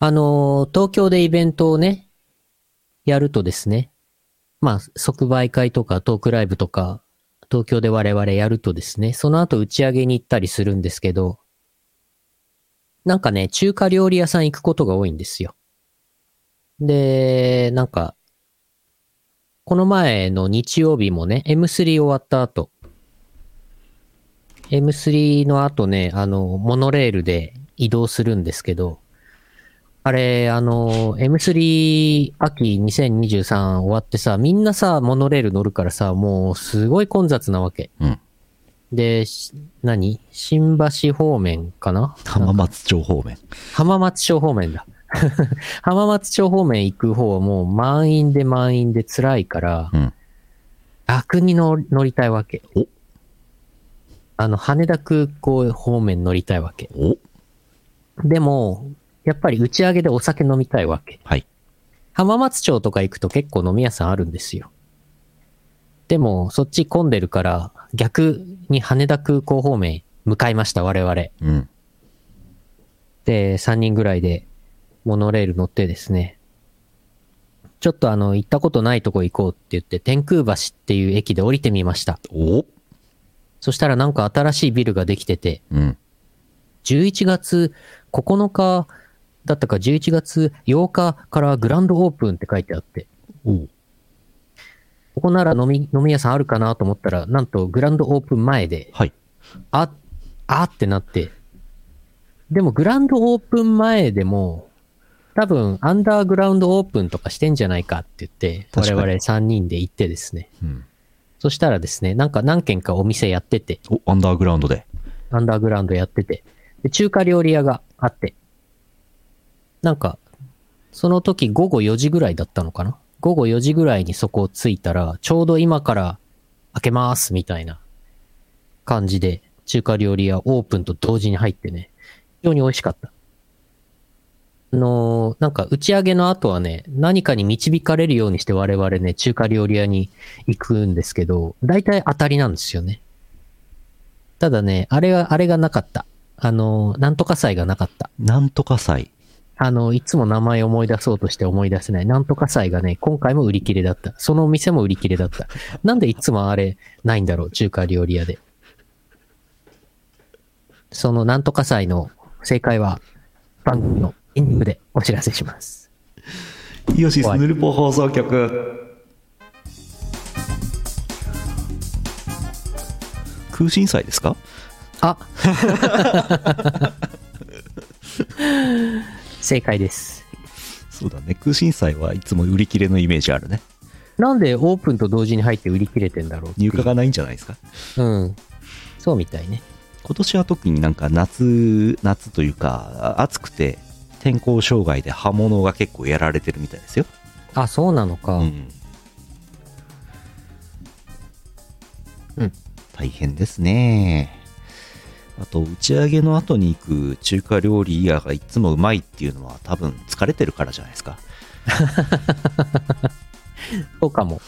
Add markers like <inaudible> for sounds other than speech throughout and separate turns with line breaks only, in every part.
あのー東京でイベントをね、やるとですね、まあ、即売会とかトークライブとか、東京で我々やるとですね、その後打ち上げに行ったりするんですけど、なんかね、中華料理屋さん行くことが多いんですよ。で、なんか、この前の日曜日もね、M3 終わった後、M3 の後ね、あの、モノレールで移動するんですけど、あれ、あの、M3 秋2023終わってさ、みんなさ、モノレール乗るからさ、もうすごい混雑なわけ。
うん。
で、し何新橋方面かな
浜松町方面。
浜松町方面だ。 <laughs> 浜松町方面行く方はもう満員で満員で辛いから、
うん。
楽に乗乗りたいわけ。
お
あの、羽田空港方面乗りたいわけ。
お
でも、やっぱり打ち上げでお酒飲みたいわけ。
はい。
浜松町とか行くと結構飲み屋さんあるんですよ。でも、そっち混んでるから、逆に羽田空港方面向かいました、我々。
うん。
で、3人ぐらいで、モノレール乗ってですね、ちょっとあの、行ったことないとこ行こうって言って、天空橋っていう駅で降りてみました。
お
そしたらなんか新しいビルができてて、
うん。
11月9日だったか11月8日からグランドオープンって書いてあって、
お
ここなら飲み、飲み屋さんあるかなと思ったら、なんとグランドオープン前で、
はい。
あ、あってなって。でもグランドオープン前でも、多分アンダーグラウンドオープンとかしてんじゃないかって言って、我
確かに
々3人で行ってですね。
うん。
そしたらですね、なんか何軒かお店やってて、
お、アンダーグラウンドで。
アンダーグラウンドやってて、で中華料理屋があって、なんか、その時午後4時ぐらいだったのかな午後4時ぐらいにそこを着いたら、ちょうど今から開けますみたいな感じで、中華料理屋オープンと同時に入ってね、非常に美味しかった。あのーなんか打ち上げの後はね、何かに導かれるようにして我々ね、中華料理屋に行くんですけど、大体当たりなんですよね。ただね、あれが、あれがなかった。あのーなんとか祭がなかった。
なんとか祭。
あの、いつも名前思い出そうとして思い出せない。なんとか祭がね、今回も売り切れだった。そのお店も売り切れだった。なんでいつもあれ、ないんだろう、中華料理屋で。そのなんとか祭の正解は、番組のエンディングでお知らせします。
イオシ
スヌ
ルポ放送局。空心祭ですか
あ <laughs> 正解です。
そうだね。空心祭はいつも売り切れのイメージあるね。
なんでオープンと同時に入って売り切れてんだろうってい
入
う
荷がないんじゃないですか
うん。そうみたいね。
今年は特になんか夏、夏というか、暑くて、天候障害で刃物が結構やられてるみたいですよ。
あ、そうなのか。
うん。
うん
大変ですね。あと、打ち上げの後に行く中華料理屋がいつもうまいっていうのは多分疲れてるからじゃないですか。
そうかも。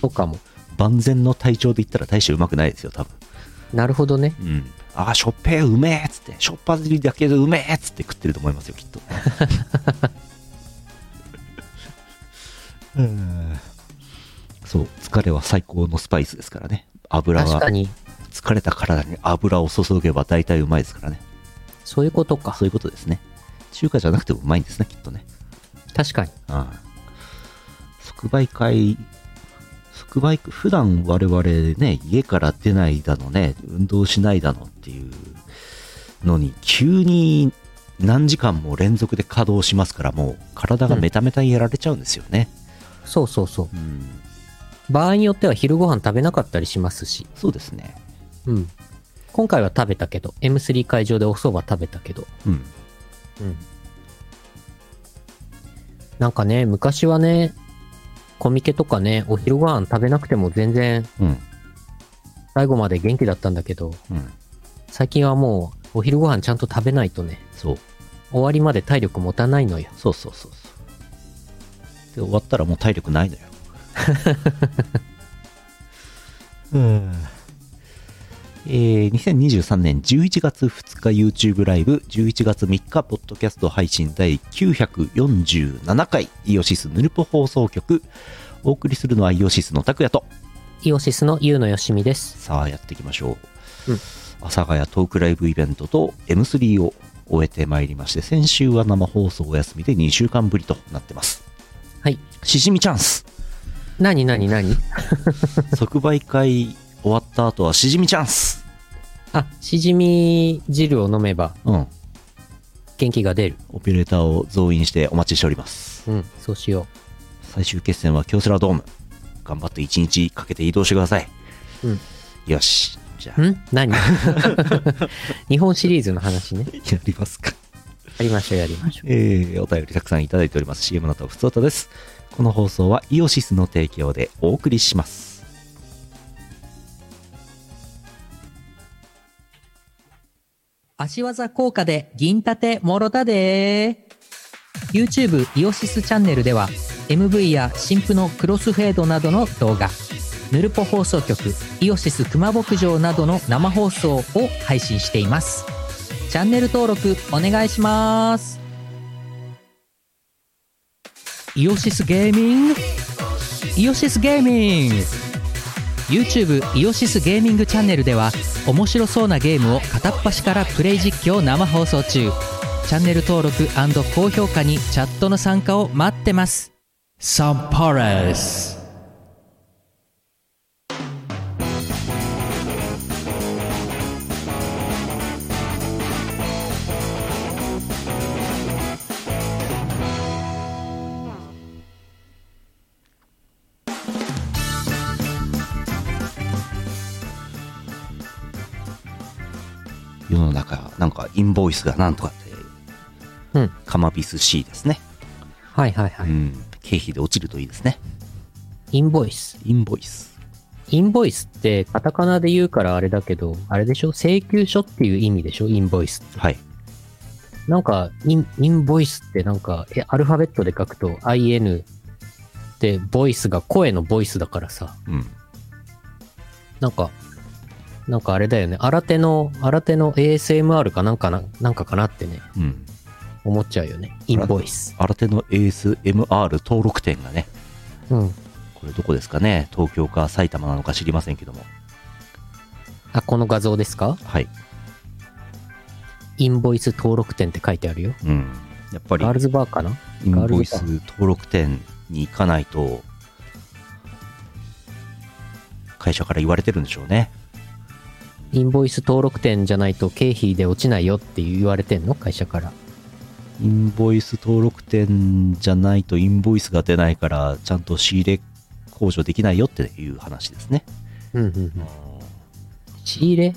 そうかも。
万全の体調で言ったら大してうまくないですよ、多分。
なるほどね。
うん。ああ、しょっぺーうめえっつって、しょっぱずりだけどうめえっつって食ってると思いますよ、きっと。 <laughs> うんそう、疲れは最高のスパイスですからね。油
確
は
かに。
疲れた体に油を注げば大体うまいですからね。
そういうことか。
そういうことですね。中華じゃなくてもうまいんですね、きっとね。
確かに。
うん。即売会、即売会、普段我々ね、家から出ないだのね、運動しないだのっていうのに、急に何時間も連続で稼働しますから、もう体がメタメタにやられちゃうんですよね。
そうそうそうう。場合によっては昼ご飯食べなかったりしますし。
そうですね。
うん。今回は食べたけど、M3 会場でお蕎麦食べたけど。
うん。
うん。なんかね、昔はね、コミケとかね、お昼ご飯食べなくても全然
うん。
最後まで元気だったんだけど、
うん。
最近はもうお昼ご飯ちゃんと食べないとね、
そう。
終わりまで体力持たないのよ。
そうそうそうそう。で、終わったらもう体力ないのよ。うん。えー2023年11月2日 YouTube ライブ、11月3日、ポッドキャスト配信第947回、イオシスヌルポ放送局、お送りするのはイオシスの拓也と、
イオシスのユウのよしみです。
さあやっていきましょう、
うん
阿佐ヶ谷トークライブイベントと M3 を終えてまいりまして先週は生放送お休みで2週間ぶりとなってます
はい。
しじみチャン
<laughs>
ス
なになになに
即売会終わった後はしじみチャンス
あ、しじみ汁を飲めば
うん
元気が出る。
オペレーターを増員してお待ちしております
うん、そうしよ
最終決戦は京セラドーム頑張って1日かけて移動してください、
うん
よしじゃ
う。
あ
ん何 <laughs> 日本シリーズの話ね。
やりますか
やりましょう、やりましょ
えーお便りたくさんいただいております CM のとふつおたですこの放送はイオシスの提供でお送りします
う。足技効果で銀盾もろたで YouTube イオシスチャンネルでは MV や新婦のクロスフェードなどの動画、ヌルポ放送局イオシス熊牧場などの生放送を配信しています。チャンネル登録お願いします。イオシスゲーミングイオシスゲーミング YouTube イオシスゲーミングチャンネルでは面白そうなゲームを片っ端からプレイ実況生放送中チャンネル登録高評価にチャットの参加を待ってますサンパレス
世の中なんかインボイスがなんとかって
うん
カマビス C ですね、
はいはいはい、
うん経費で落ちるといいですね
インボイス
インボイス
インボイスってカタカナで言うからあれだけどあれでしょ請求書っていう意味でしょインボイス
はい
なんかインインボイスってなんかえアルファベットで書くと IN ってボイスが声のボイスだからさ
うん
なんか、なんかあれだよね。新手の、新手の ASMR かなんかな、なんかかなってね、
うん
思っちゃうよね。インボイス。
新手の ASMR 登録店がね
うん。
これどこですかね東京か埼玉なのか知りませんけども
あ、この画像ですか
はい
インボイス登録店って書いてあるよ。
うんやっぱり
ガールズバーかな
インボイス登録店に行かないと会社から言われてるんでしょうね
インボイス登録店じゃないと経費で落ちないよって言われてんの会社から。
インボイス登録店じゃないとインボイスが出ないからちゃんと仕入れ控除できないよっていう話ですね
うんうんうん。仕入れ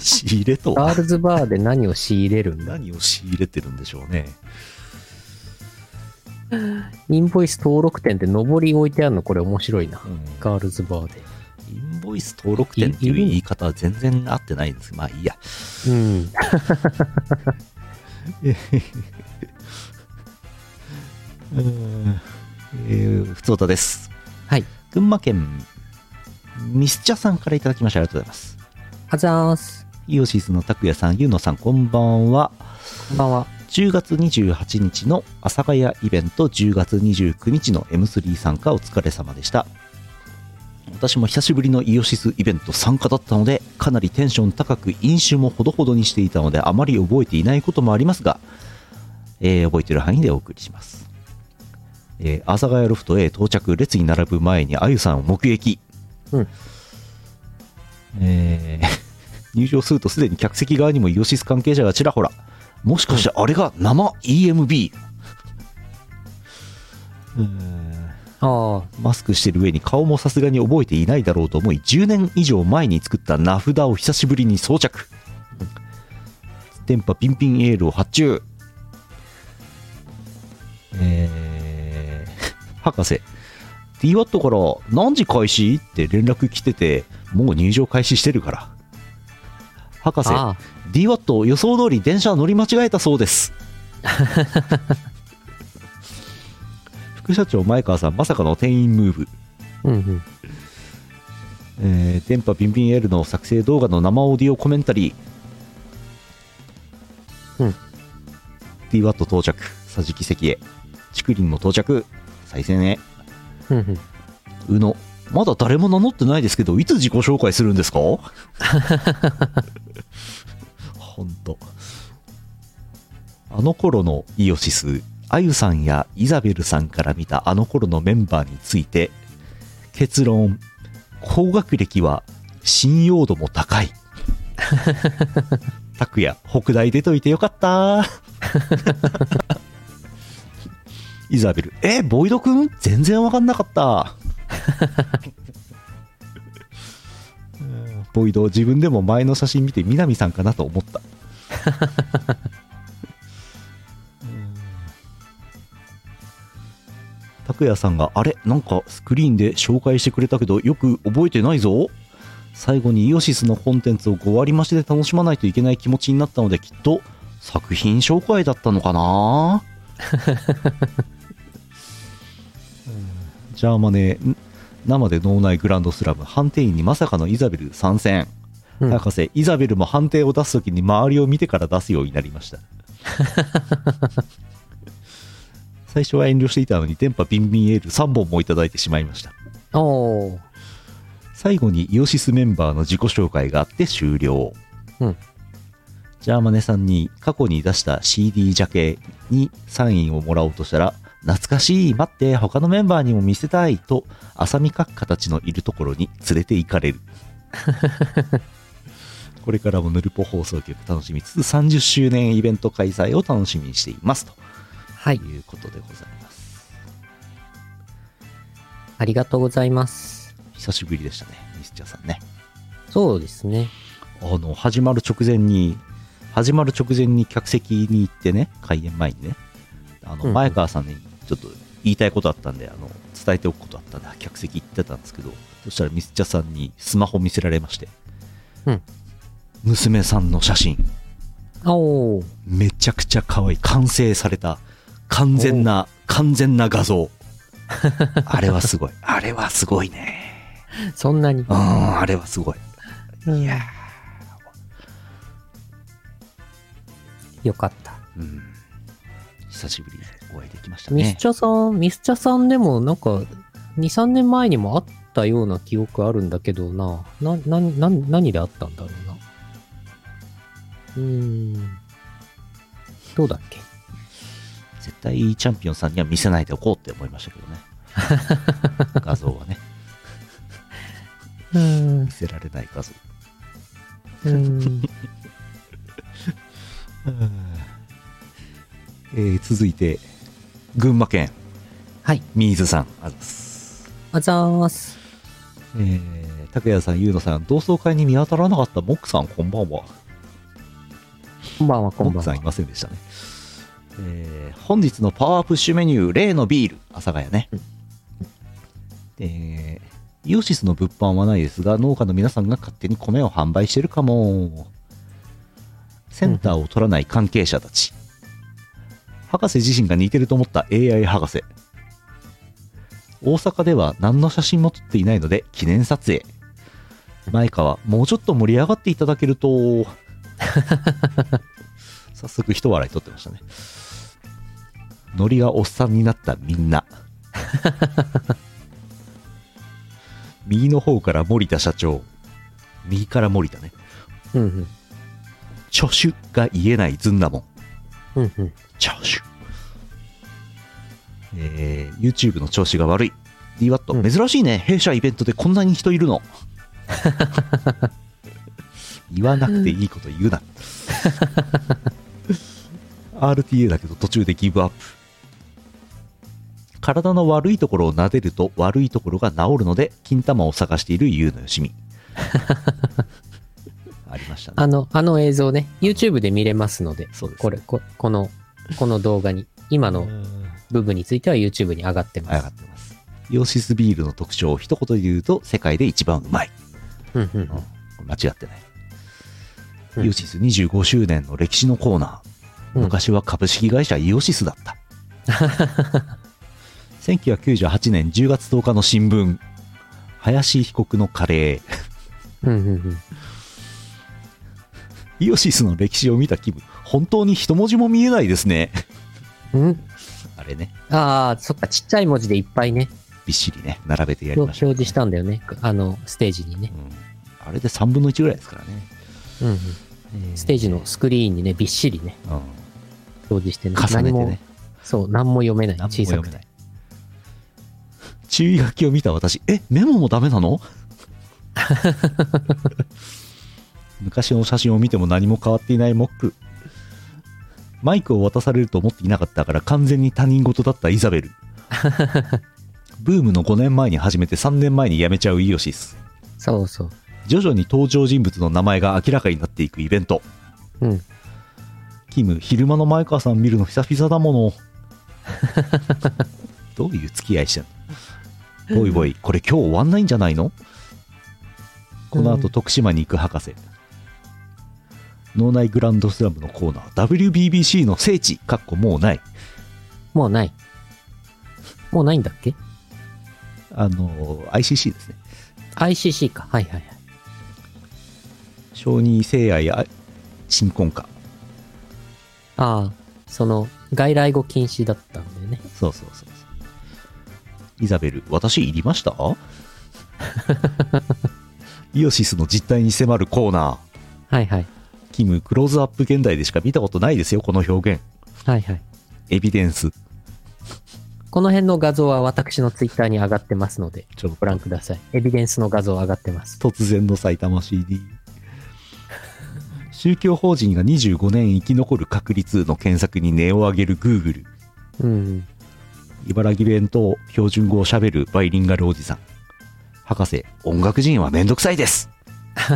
仕入れと
ガ
は
ールズバーで何を仕入れるんだ
何を仕入れてるんでしょうね
インボイス登録店って上り置いてあるのこれ面白いな。
うん
ガールズバーで。
インボイス登録店っていう言い方は全然合ってないんですまあいいや
うん。
うんえー、ふつおたです
はい
群馬県ミスチャさんからいただきましてありがとうございます
あざーす。
イオシスの拓也さん、ゆうのさん、こんばんは。
こんばんは。
10月28日の阿佐ヶ谷イベント、10月29日の M3 参加、お疲れ様でした。私も久しぶりのイオシスイベント参加だったので、かなりテンション高く、飲酒もほどほどにしていたので、あまり覚えていないこともありますが、えー覚えている範囲でお送りします。えー、阿佐ヶ谷ロフトへ到着、列に並ぶ前にあゆさんを目撃。
うん
えー入場するとすでに客席側にもイオシス関係者がちらほら。もしかしてあれが生 EMB? うーん
ああ、
マスクしてる上に顔もさすがに覚えていないだろうと思い10年以上前に作った名札を久しぶりに装着電波ピンピンエールを発注えー <laughs> 博士 DWAT から何時開始って連絡来ててもう入場開始してるから博士
ああ
DWAT 予想通り電車乗り間違えたそうです
<laughs>
副社長前川さんまさかの店員ムーブ
うんうん。
えー電波ビンビン L の作成動画の生オーディオコメンタリー。
うん。
DWAT 到着、桟敷席へ。竹林も到着、再選へ。
うんうん。
宇野。まだ誰も名乗ってないですけど、いつ自己紹介するんですかほんと。あの頃のイオシス、あゆさんやイザベルさんから見たあの頃のメンバーについて、結論、高学歴は信用度も高い。拓也、北大出といてよかった。イザベル、え、ボイドくん全然わかんなかった。ボイド自分でも前の写真見て南さんかなと思ったうん <laughs> 拓也さんがあれなんかスクリーンで紹介してくれたけどよく覚えてないぞ最後にイオシスのコンテンツを5割増しで楽しまないといけない気持ちになったのできっと作品紹介だったのか <laughs> なうんジャーマネん生で脳内グランドスラム判定員にまさかのイザベル参戦、
うん
博士イザベルも判定を出す時に周りを見てから出すようになりました
<laughs>
最初は遠慮していたのに電波ビンビンエール3本もいただいてしまいました
おー。
最後にイオシスメンバーの自己紹介があって終了
うん
ジャーマネさんに過去に出した CD ジャケにサインをもらおうとしたら懐かしい待って他のメンバーにも見せたいと浅見閣下たちのいるところに連れて行
<laughs>
かれるこれからもヌルポ放送局楽しみつつ30周年イベント開催を楽しみにしていますと
はい。
いうことでございます
ありがとうございます。
久しぶりでしたねミスチャーさんね
そうですね。
あの始まる直前に始まる直前に客席に行ってね開演前にねあの
うん
前川さんにちょっと言いたいことあったんであの伝えておくことあったんで客席行ってたんですけどそしたらミスチャさんにスマホ見せられまして、
うん
娘さんの写真
おー。
めちゃくちゃ可愛い完成された完全な完全な
<laughs>
画像あれはすごいあれはすごいね
そんなに
う。んあれはすごい
うん
いや
よかった。
うん久しぶりにお会いできましたね
ミスチャさん、ミスチャさんでもなんか、2、3年前にもあったような記憶あるんだけどな。な、な、な、何であったんだろうな。うーん。どうだっけ
絶対チャンピオンさんには見せないでおこうって思いましたけどね <laughs> 画像はね
うーん
見。せられない画像
うん。
えー続いて群馬県
はい。
ミーズさんあざっす
あざーす。
えー拓也さん、ゆうのさん、同窓会に見当たらなかったモックさん、こんばんは。
こんばんは、こ
モ
ん
ッ
ばん
クさ
は
んい。ませんでしたね。えー本日のパワープッシュメニュー、例のビール、阿佐ヶ谷ね。えーイオシスの物販はないですが、農家の皆さんが勝手に米を販売してるかも。センターを取らない関係者たち。博士自身が似てると思った AI 博士。大阪では何の写真も撮っていないので記念撮影。前川、もうちょっと盛り上がっていただけると。早速一笑い取ってましたね。ノリがおっさんになったみんな。右の方から森田社長。右から森田ね。
うんうん。
著手が言えないずんだも
う
ん。
んうん。
聴取えー YouTube の調子が悪い DWAT、
うん
珍しいね弊社イベントでこんなに人い
<laughs>
るの言わなくていいこと言
<laughs>
うな RTA だけど途中でギブアップ体の悪いところを撫でると悪いところが治るので金玉を探している優の
<laughs>
よしみありましたね
あの、あの映像ね、YouTube で見れますので、
そうですね
これ、ここの、この動画に、今の
うん
部分については YouTube に上がってま
上
す
が。ってますイオシスビールの特徴を一言で言うと世界で一番うまい、
うんうん。
間違ってない、
うん
イオシス25周年の歴史のコーナー
うん
昔は株式会社イオシス
<laughs>
だった、1998年10月10日の新聞林被告のカレー、
うんうんうん。
イオシスの歴史を見た気分、本当に一文字も見えないですね。
うん
あれね、
ああ、そっか、ちっちゃい文字でいっぱいね、
びっしりね、並べてやりま
表
した、ね。
示したんだよね。あの、ステージにね。
うんあれで3分の1ぐらいですからね。
うんうん。ステージのスクリーンにね、びっしりね、
うん、
表示してね。
重
何
ねてね。
もそう、何も読めない。
何も
小さ
読
く
めな
て
い。注意書きを見た私、え、メモもダメなの <laughs> 昔の写真を見ても何も変わっていないモック。マイクを渡されると思っていなかったから完全に他人事だったイザ <laughs> ベル。ブームの5年前に始めて3年前に辞めちゃうイオシス。
そうそう。
徐々に登場人物の名前が明らかになっていくイベント。
うん。
キム、昼間の前川さん見るの久々だもの。どういう付き合いしてんのボイボイ、これ今日終わんないんじゃないのこの後徳島に行く博士。脳内グランドスラムのコーナー、WBBC の聖地、かっこもうない。
もうない。もうないんだっけ
あの、ICC ですね。
?ICC か。はいはいはい。
小児性愛あ新婚化。
ああ、その、外来語禁止だったんだよね。
そうそうそうそう。イザベル、私いりましたイオシスの実態に迫るコーナー。
はいはい。
キム、クローズアップ現代でしか見たことないですよ、この表現。
はいはい。
エビデンス。
この辺の画像は私のツイッターに上がってますので、
ちょっ
ご覧ください。エビデンスの画像上がってます。
突然の埼玉 CD。宗教法人が25年生き残る確率の検索に値を上げる Google。
うん。
茨城弁と標準語を喋るバイリンガルおじさん。博士、音楽人はめんどくさいです
<laughs>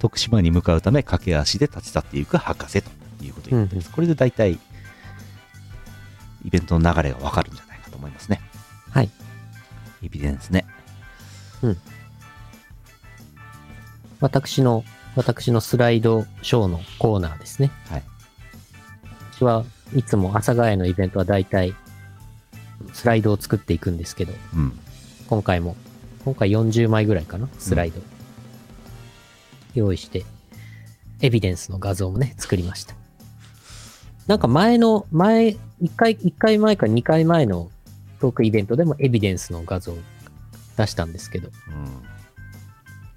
徳島に向かうため駆け足で立ち去っていく博士ということになってます。これで大体、イベントの流れがわかるんじゃないかと思いますね。
はい。
エビデンスね。
私の、私のスライドショーのコーナーですね。
はい。
私はいつも朝ヶ谷のイベントは大体、スライドを作っていくんですけど、
うん。
今回も、今回40枚ぐらいかな、スライド。用意して、エビデンスの画像もね、作りました。なんか前の、前、1回、一回前か2回前のトークイベントでもエビデンスの画像を出したんですけど、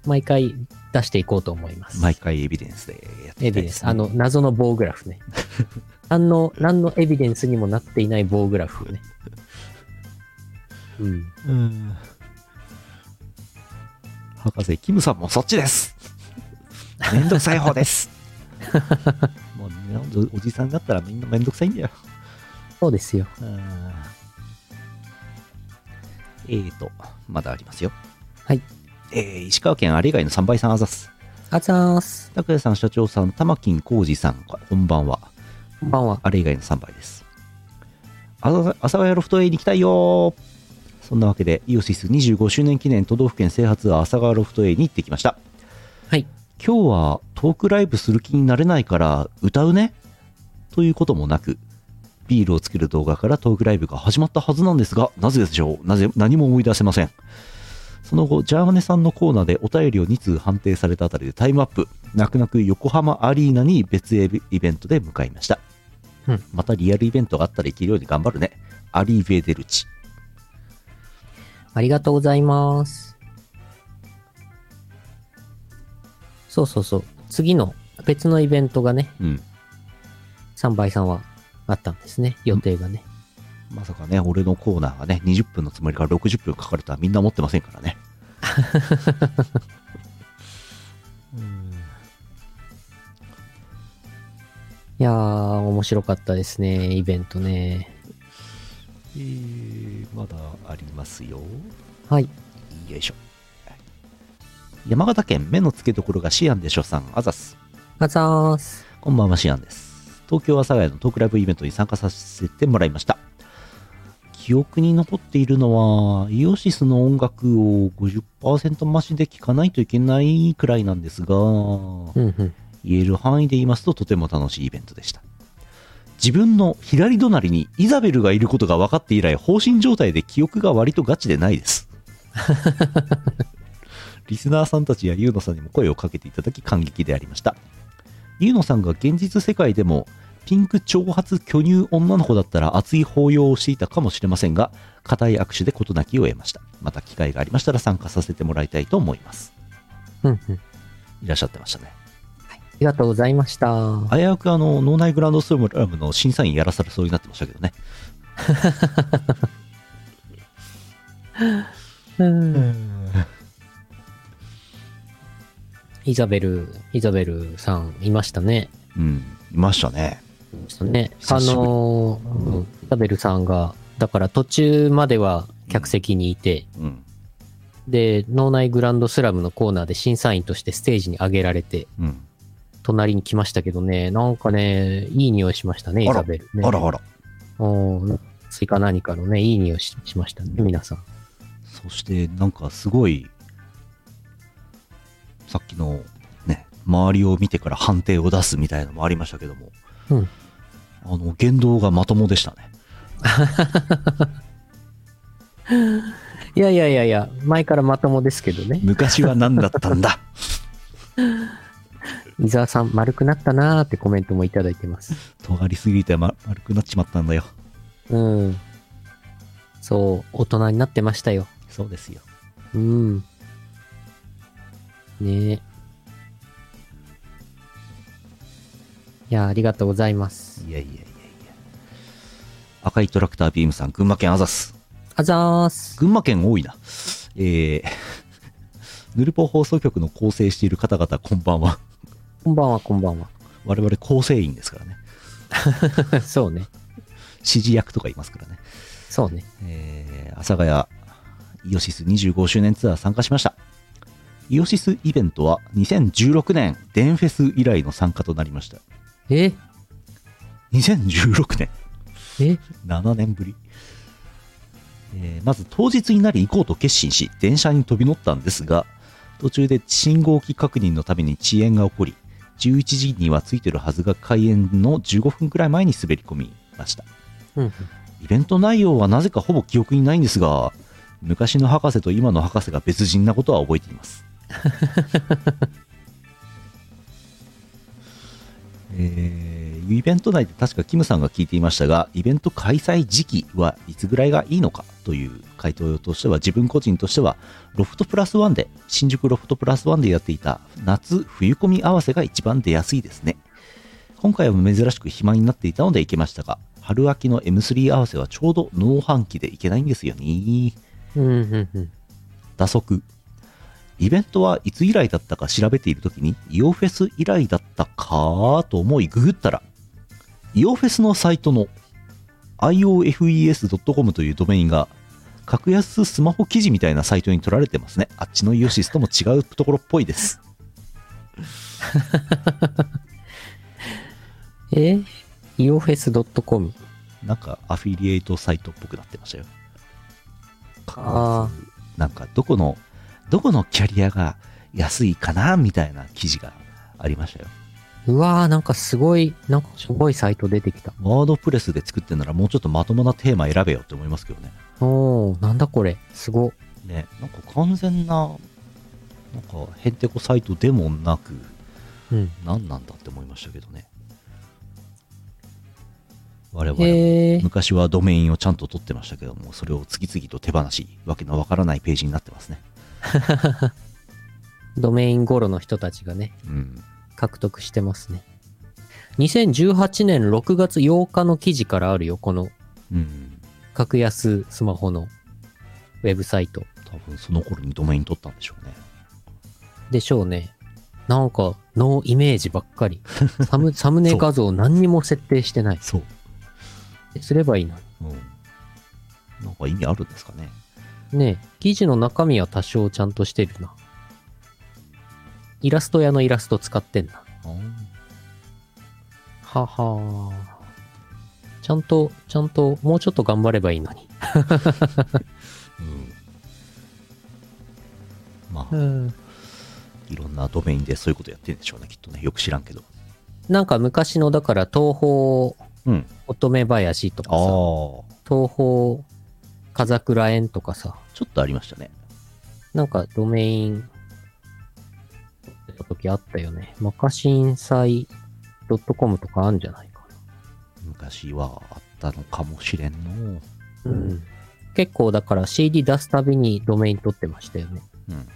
毎回出していこうと思います。
毎回エビデンスでやって
エビ
いきたい
デン
です
ス。
ね
あの、、謎の棒グラ
<laughs>
フね。何の、何のエビデンスにもなっていない棒グラフを
<laughs>
ね。うん。
うん。博士、キムさんもそっちです。めんどくさい方です。もうね、おおじさんだったらみんなめんどくさいんだよ。
そうですよ。
うんえーと、まだありますよ。
はい。
えー石川県あれ以外の3倍さんあざす。
あざーす。
拓也さん、社長さん、玉金浩二さん、こんばんは。
こんばんは。
あれ以外の3倍です。あざ阿佐ヶ谷ロフトへ行きたいよーそんなわけで、イオシス25周年記念都道府県制発阿佐ヶ谷ロフトへに行ってきました。
はい。
今日はトークライブする気になれないから歌うねということもなく、ビールをつける動画からトークライブが始まったはずなんですが、なぜでしょうなぜ、何も思い出せません。その後、ジャーマネさんのコーナーでお便りを2通判定されたあたりでタイムアップ、泣く泣く横浜アリーナに別イベントで向かいました。
うん
またリアルイベントがあったら行けるように頑張るね。アリーベデルチ。
ありがとうございます。そうそうそう。次の別のイベントがね、
うん。
3倍さんはあったんですね。予定がね。
まさかね、俺のコーナーがね、20分のつもりから60分かかるとはみんな思ってませんからね。
いやー、面白かったですね。イベントね。
えー、まだありますよ。
はい。
よいしょ。山形県目の付けどころがシアンでしょさん、あざす。
あざーす。
こんばんは、シアンです。東京阿佐ヶ谷のトークライブイベントに参加させてもらいました。記憶に残っているのは、イオシスの音楽を50%増しで聴かないといけないくらいなんですが、
うんうん。
言える範囲で言いますととても楽しいイベントでした自分の左隣にイザベルがいることが分かって以来放心状態で記憶が割とガチでないですリスナーさんたちやユーノさんにも声をかけていただき感激でありました。ユーノさんが現実世界でもピンク長髪巨乳女の子だったら熱い抱擁をしていたかもしれませんが、固い握手で事なきを得ました。また機会がありましたら参加させてもらいたいと思います。
うんうん。あ
いらっしゃってましたね。
りがとうございました。
危うくあの、脳内グランドスラムの審査員やらされそうになってましたけどね。
うんイザベル、イザベルさんいましたね。
うん、いましたね。
いましたね。あ
久しぶり
のー、うんイザベルさんが、だから途中までは客席にいて、
うん、
で、脳内グランドスラムのコーナーで審査員としてステージに上げられて、
うん。
隣に来ましたけどね、なんかね、いい匂いしましたね、イ
あ
ザ
ら
ベル、ね。
あらあら。
うん。スイカ何かのね、いい匂いししましたね、皆さん。
そしてなんかすごいさっきのね周りを見てから判定を出すみたいなのもありましたけども、
うん
あの言動がまともでしたね
いやいやいやいや、前からまともですけどね。
昔は何だったんだ
伊沢さん、丸くなったなーってコメントもいただいてます。
尖りすぎて、ま、丸くなっちまったんだよ
うん。そう、大人になってましたよ。
そうですよ
うん。ねえ。いや、ありがとうございます。
いやいやいやいや赤いトラクタービームさん群馬県アザス
あざーす。
群馬県多いなえー <laughs> ヌルポ放送局の構成している方々こんばんは <laughs>
こんばんは、こんばんは。
我々構成員ですからね
<laughs> そうね。
指示役とかいますからね
そうね。
えー、阿佐ヶ谷イオシス25周年ツアー参加しましたイオシスイベントは2016年デンフェス以来の参加となりました
え
2016年
え
7年ぶり、えーまず当日になり行こうと決心し電車に飛び乗ったんですが途中で信号機確認のために遅延が起こり11時には着いてるはずが開演の15分くらい前に滑り込みました
うん。
イベント内容はなぜかほぼ記憶にないんですが昔の博士と今の博士が別人なことは覚えていますえーイベント内で確かキムさんが聞いていましたがイベント開催時期はいつぐらいがいいのかという回答としては自分個人としてはロフトプラスワンで新宿ロフトプラスワンでやっていた夏冬込み合わせが一番出やすいですね今回は珍しく暇になっていたので行けましたが春秋の M3 合わせはちょうど農繁期で行けないんですよね
うん、うん、うん。
打足イベントはいつ以来だったか調べている時にイオフェス以来だったかと思いググったらイオフェスのサイトの iofes.com というドメインが格安スマホ記事みたいなサイトに取られてますねあっちのイオシスとも違うところっぽいです
え ?eofes.com。
なんかアフィリエイトサイトっぽくなってましたよ
あ
なんかどこの、どこのキャリアが安いかなみたいな記事がありましたよ。
ー。うわー、なんかすごい、なんかすごいサイト出てきた。
ワードプレスで作ってんならもうちょっとまともなテーマ選べよって思いますけどね。
おー、なんだこれ。すご。
ね、なんか完全な、なんかヘンテコサイトでもなく、
うん。
何なんだって思いましたけどね。我々も
へー。
昔はドメインをちゃんと取ってましたけども、それを次々と手放し、わけのわからないページになってますね。
ドメインゴロの人たちがね、
うん。
獲得してますね。2018年6月8日の記事からあるよ、この
うん。
格安スマホのウェブサイト。
多分その頃にドメイン取ったんでしょうね。
でしょうね。なんか、ノーイメージばっかり。サムサムネ画像何にも設定してない。
そう。
すればいいの
うん。なんか意味あるんですかね。
に。ねえ記事の中身は多少ちゃんとしてるな。イラスト屋のイラスト使ってんな。ははちゃんと、ちゃんと、もうちょっと頑張ればいいのに。
うん。ま
う
あ、
ん。
いろんなドメインでそういうことやってるんでしょうね、きっとね。よく知らんけど。
なんか昔の、だから東方
うん。
乙女林とか
ああ、ち
さ、
ょ
東方風倉園とかさ、
っとありましたね。
なんかドメイン、た時あったよね。マカシンサイ .com とかあんじゃないか
昔はあったのかもしれんの
な。うん。結構だから CD 出すたびにドメイン取ってましたよね。
うん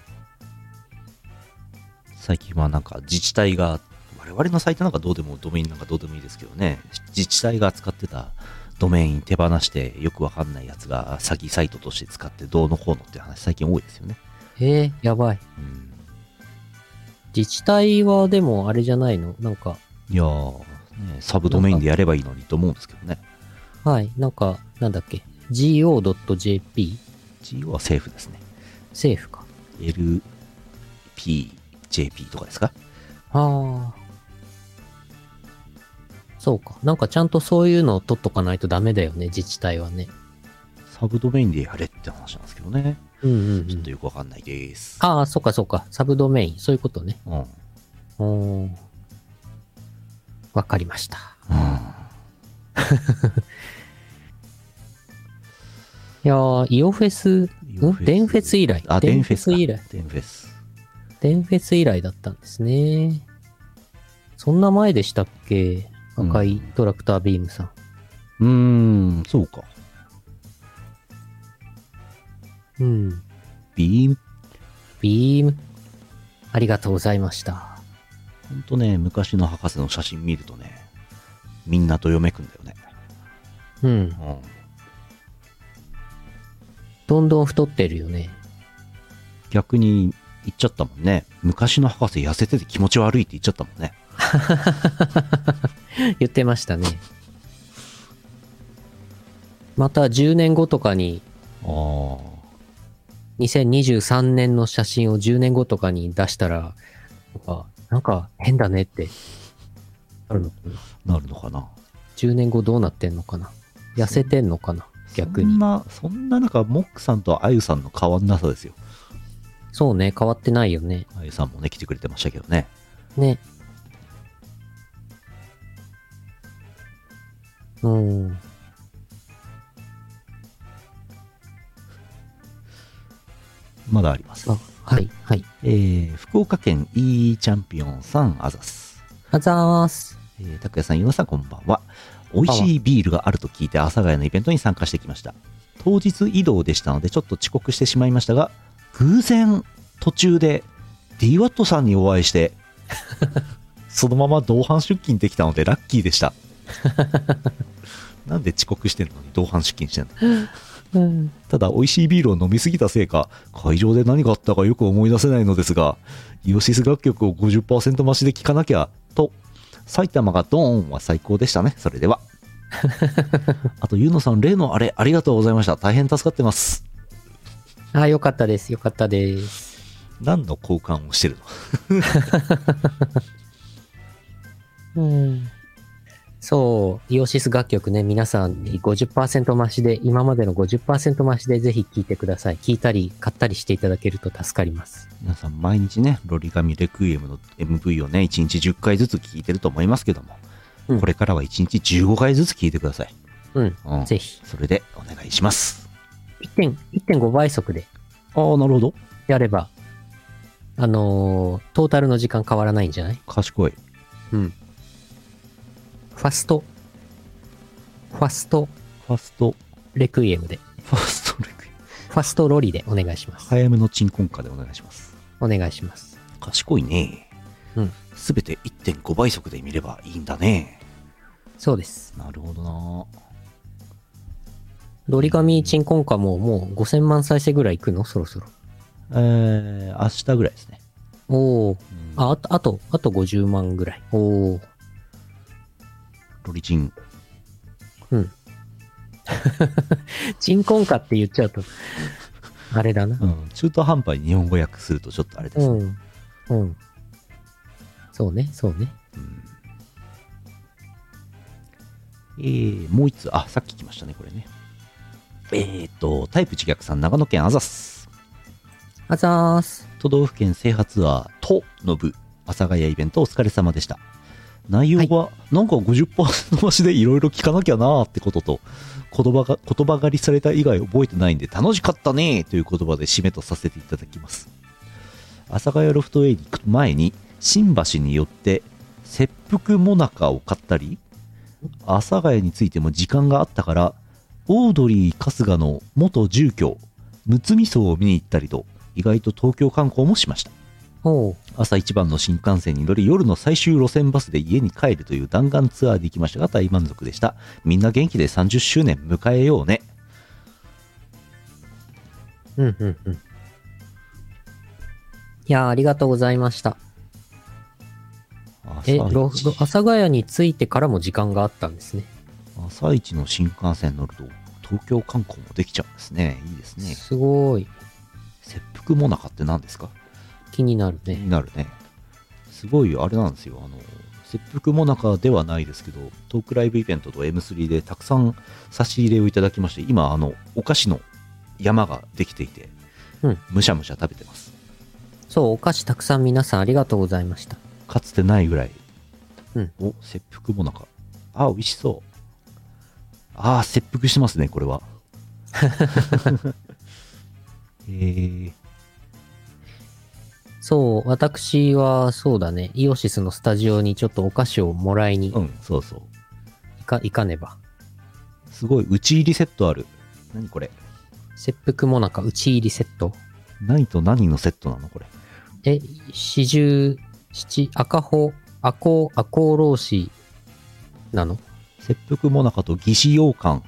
最近はなんか自治体が我々のサイトなんかどうでもドメインなんかどうでもいいですけどね自治体が使ってたドメイン手放してよくわかんないやつが詐欺サイトとして使ってどうのこうのって話最近多いですよね、
えー、やばい。
うん、
自治体はでもあれじゃないのなんか、
いやー、ね、サブドメインでやればいいのにと思うんですけどね
はい、なんか、なんだっけ。go.jp?
GO はセーフですね
政府か。
LPJP とかですか
ああ。そうか。なんかちゃんとそういうのを取っとかないとダメだよね、自治体はね。
サブドメインでやれって話なんですけどね
うんうん、う
ちょっ
ん
と。よくわかんないです、
ああ、そうかそうか。サブドメイン。そういうことね。
うん
おーわかりました。いやー、イオフェス、んデンフェス以来。
あ、デンフェスか。
以来。
デンフェス。
デンフェス以来だったんですね。そんな前でしたっけ
うん
赤いトラクタービームさん。
うーん、そうか。
うん。
ビーム、
ビーム。ありがとうございました。
ほんとね、昔の博士の写真見るとね、みんなどよめくんだよね。
うん。
うん。
どんどん太ってるよね。
逆に言っちゃったもんね。昔の博士痩せてて気持ち悪いって言っちゃったもんね。
言ってましたね。また10年後とかに、
あ
2023年の写真を10年後とかに出したら、なんかなんか変だねって、あるのかな。
あ、なるのかな。
10年後どうなってんのかな。痩せてんのかな、逆
そん
に。
な、そんな中、モックさんとあゆさんの変わんなさですよ。
そうね、変わってないよね。
あゆさんもね、来てくれてましたけどね。
ね。うん。
まだあります。
あ、はい、はい。
えー、福岡県 E チャンピオンさん、あざっす。
あざーす。
えー、拓也さん、与那さん、こんばんは。美味しいビールがあると聞いて、阿佐ヶ谷のイベントに参加してきました。当日移動でしたので、ちょっと遅刻してしまいましたが、偶然、途中で DWAT さんにお会いして、 <laughs> そのまま同伴出勤できたので、ラッキーでした。なんで遅刻してんのに同伴出勤してんの
うん。
ただ美味しいビールを飲みすぎたせいか会場で何があったかよく思い出せないのですがイオシス楽曲を50%増しで聴かなきゃと埼玉がドーンは最高でしたねそれで <laughs> はあとゆうのさん例のあれありがとうございました大変助かってます
あ、よかったです。よかったです。
何の交換をしてる
う
の
ん。そう、イオシス楽曲ね、皆さんに50%増しで、今までの50%増しでぜひ聴いてください。聴いたり、買ったりしていただけると助かります。
皆さん毎日ねロリガミレクイエムの MV をね1日10回ずつ聴いてると思いますけども、
うん
これからは1日15回ずつ聴いてください、
うん、
うん、
ぜひ。
それでお願いします
1.5 1.5倍速で
ああなるほど
やれば、あのートータルの時間変わらないんじゃない
賢い
うん。ファスト、ファスト
ファスト
レクイエムで、
ファーストレクイ
ファストロリでお願いします。
早めの鎮魂歌でお願いします。
お願いします。
賢いね。
うん。
すべて1.5倍速で見ればいいんだね。
そうです。
なるほどな。
ドリガミチンコンカももう5000万再生ぐらいいくのそろそろ。
えー、明日ぐらいですね。
おお。
うん、
あ、あと、あと、あと50万ぐらい。おお。
ロリチン。
鎮魂歌って言っちゃうと、あれだな。
うん。中途半端に日本語訳するとちょっとあれで
う
すね。
ん。うん。そうね、そうね。
うんえー、もう一つ、あ、さっき来ましたね、これね。えーと、タイプ自虐さん、長野県アザス。
あざーす。
都道府県制覇ツアー「と」の部阿佐ヶ谷イベントお疲れ様でした内容はなんか50%増しでいろいろ聞かなきゃなーってことと言葉が言葉狩りされた以外覚えてないんで楽しかったねーという言葉で締めとさせていただきます阿佐ヶ谷ロフトへ行く前に新橋に寄って切腹もなかを買ったり阿佐ヶ谷についても時間があったからオードリー春日の元住居むつみ荘を見に行ったりと意外と東京観光もしました
おう
朝一番の新幹線に乗り夜の最終路線バスで家に帰るという弾丸ツアーで行きましたが大満足でしたみんな元気で30周年迎えようね
うんうんうん。いやーありがとうございました。
朝
え、
一
ロフト、阿佐ヶ谷に着いてからも時間があったんですね。
朝一の新幹線に乗ると東京観光もできちゃうんですねいいですね
すごい。
切腹もなかって何ですか
気になるね。
になるねすごいあれなんですよあの切腹もなかではないですけどトークライブイベントと M3 でたくさん差し入れをいただきまして今あのお菓子の山ができていて、
うん
むしゃむしゃ食べてます
そう、お菓子たくさん皆さんありがとうございました。
かつてないぐらい、
うん
お切腹もなかあ美味しそうあー切腹してますねこ
<laughs>
れはえー、
そう、私はそうだね、イオシスのスタジオにちょっとお菓子をもらいに
うんそうそう
いか,、いかねば。
すごい打ち入りセットある何これ
切腹もなか打ち入りセット。
何と何のセットなのこれ
え、四十七、赤穂、赤穂、赤穂浪士なの
切腹もなかと義士羊羹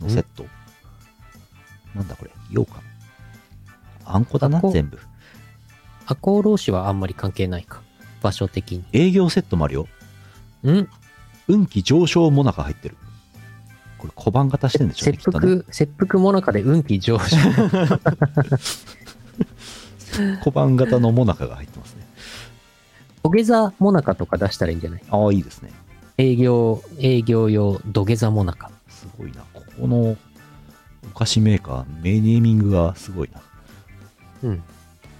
のセット。なんだこれ羊羹。あんこだな
あん、こ
全部。
赤穂浪士はあんまり関係ないか。場所的
営業セットもあるよ。
に。ん
運気上昇もなか入ってる。これ小判型してんでしょうね、き
切
っとね。
腹、切腹もなかで運気上
<laughs>
昇。
小判型のもなかが入ってますね。
土下座もなかとか出したらいいんじゃない
ああ、いいですね。
営業、営業用土下座もなか。
すごいな。ここのお菓子メーカー、メネーミングがすごいな。
うん。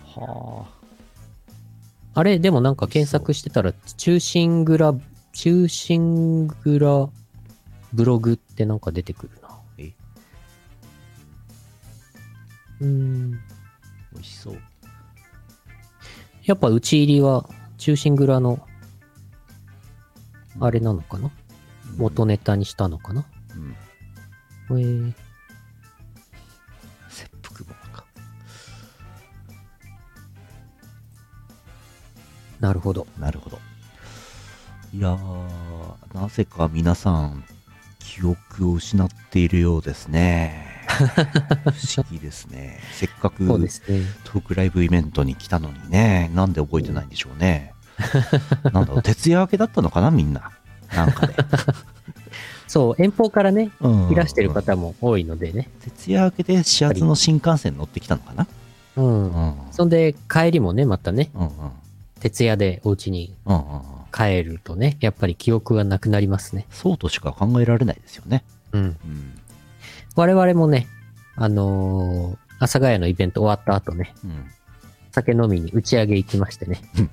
はあ。
あれ、でもなんか検索してたら、中心蔵、中心蔵ブログってなんか出てくるな。
え
うーん。
美味しそう。
やっぱ打ち入りは、中心蔵の、あれなのかな元ネタにしたのかな、
うん。
えー
切腹もなか。
なるほど。
なるほど。いやー、なぜか皆さん、記憶を失っているようですね。
<laughs>
不思議ですね。せっかく
そうですね。
トークライブイベントに来たのにね、なんで覚えてないんでしょ
<laughs>
うね。なんだろう、徹夜明けだったのかな、みんな。なんかね。
<laughs> そう、遠方からね、
うん
いらしてる。方も多いのでね。
徹夜明けで始発の新幹線乗ってきたのかな。
うん。
うん。
そんで、帰りもね、またね、
うんうん。
徹夜でお家に
うんうんうん。
帰るとね、やっぱり記憶がなくなりますね。
そうとしか考えられないですよね。
うん。
うん。
我々もね、あのー、阿佐ヶ谷のイベント終わった後ね、
うん。
酒飲みに打ち上げ行きましてね
うん、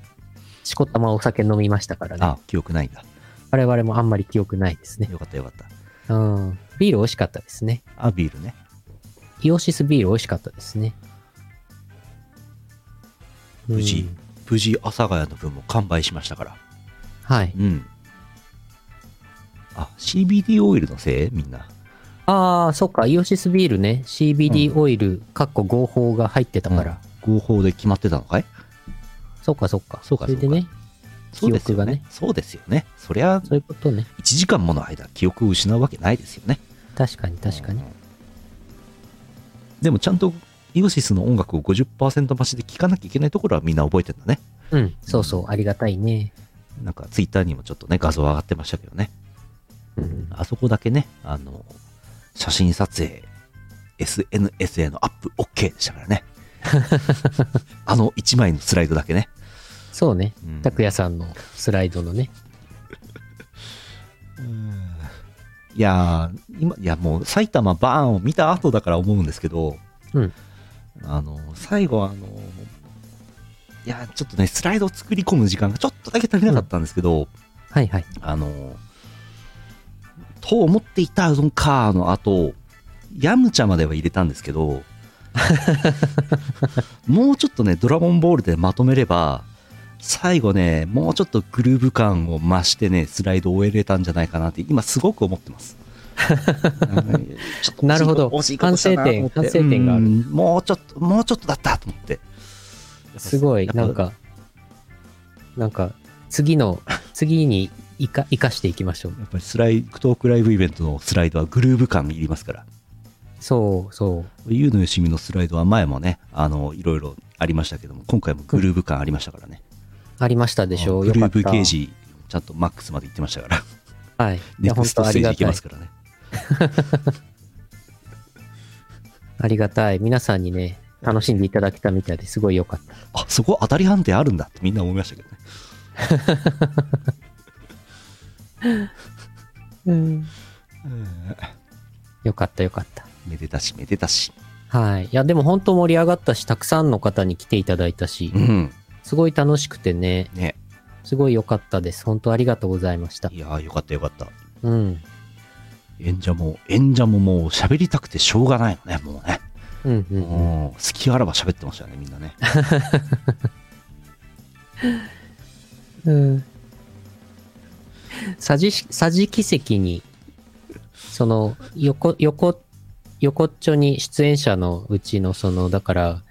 しこたまお酒飲みましたからね、
あ、記憶ないんだ。
我々もあんまり記憶ないですね。
よかったよかった。
うん。ビール美味しかったですね。
あ、ビールね。
イオシスビール美味しかったですね。
無事
うん、
無事阿佐ヶ谷の分も完売しましたから
はい。
うんあ CBD オイルのせいみんな
ああ、そっか、イオシスビールね、CBD
う
オイル、かっこ合法が入ってたから。
合法で決まってたのかい
そっかそっか。
そうか
それでね、
そうです
記
よ
憶が
ね
ね
そうですよねそりゃ
そういうことね。
1時間もの間記憶を失うわけないですよね
確かに確かに
うん。でもちゃんとイオシスの音楽を50%増しで聴かなきゃいけないところはみんな覚えてんだね
うん、そうそう、ありがたいね。
なんかツイッターにもちょっとね画像上がってましたけどね
うん、
あそこだけね、あの、写真撮影、SNS へのアップ OK でしたか
<laughs>
らね。あの1枚のスライドだけね。
そうね
うん、
拓也さんのスライドのね。
いやー、今、いやもう埼玉バーンを見た後だから思うんですけど、
うん
あの、最後はあの、いや、ちょっとね、スライドを作り込む時間がちょっとだけ足りなかったんですけど、
はいはい。
あの、と思っていたうどんかーの後、ヤムチャまでは入れたんですけ
<laughs>
ど、もうちょっとね、ドラゴンボールでまとめれば、最後ね、もうちょっとグルーヴ感を増してね、スライドを終えれたんじゃないかなって、今すごく思って
<laughs>
ます。うんちょっと惜しいこと
なるほど
惜しいことしたなと思って
反省点反省点がある
うんもうちょっと、もうちょっとだったと思って。
すごい、
やっぱ
なんか、なんか、次の、次に生か生かしていきましょう。
やっぱりスライトークライブイベントのスライドはグルーヴ感いりますから。
そうそう。
ゆうのよしみのスライドは前もね、あの、いろいろありましたけども、今回もグルーヴ感ありましたからね。
ありましたでしょう。
グ
よ
ル
か
ー
っ
ヴ
た。
ゲージ、ちゃんとマックスまで行ってましたから。
はい。い
ネ
や、
ク
本
スト
当あ
ステ
り
ージ
が
行け
た
ま
い
す。からね。
ありがたい。皆さんにね、楽しんでいただけたみたいですごい良かった。
あ、そこ当たり判定あるんだってみんな思いましたけどね。
うん。よかったよかった。
めでたし、めでたし。
はい。いや、でも本当盛り上がったし、たくさんの方に来ていただいたし
う、ん。
すごい楽しくてね、
ね。
すごい良かったです。本当ありがとうございました。
いやー、よかったよかった。
うん。
演者も、演者ももう喋りたくてしょうがないのね、もうね。
うんうんうん。
もう、隙あらば喋ってましたよね、みんなね。
うん。さじし、さじ奇跡に、その、横、横、横っちょに出演者のうちの、その、だから、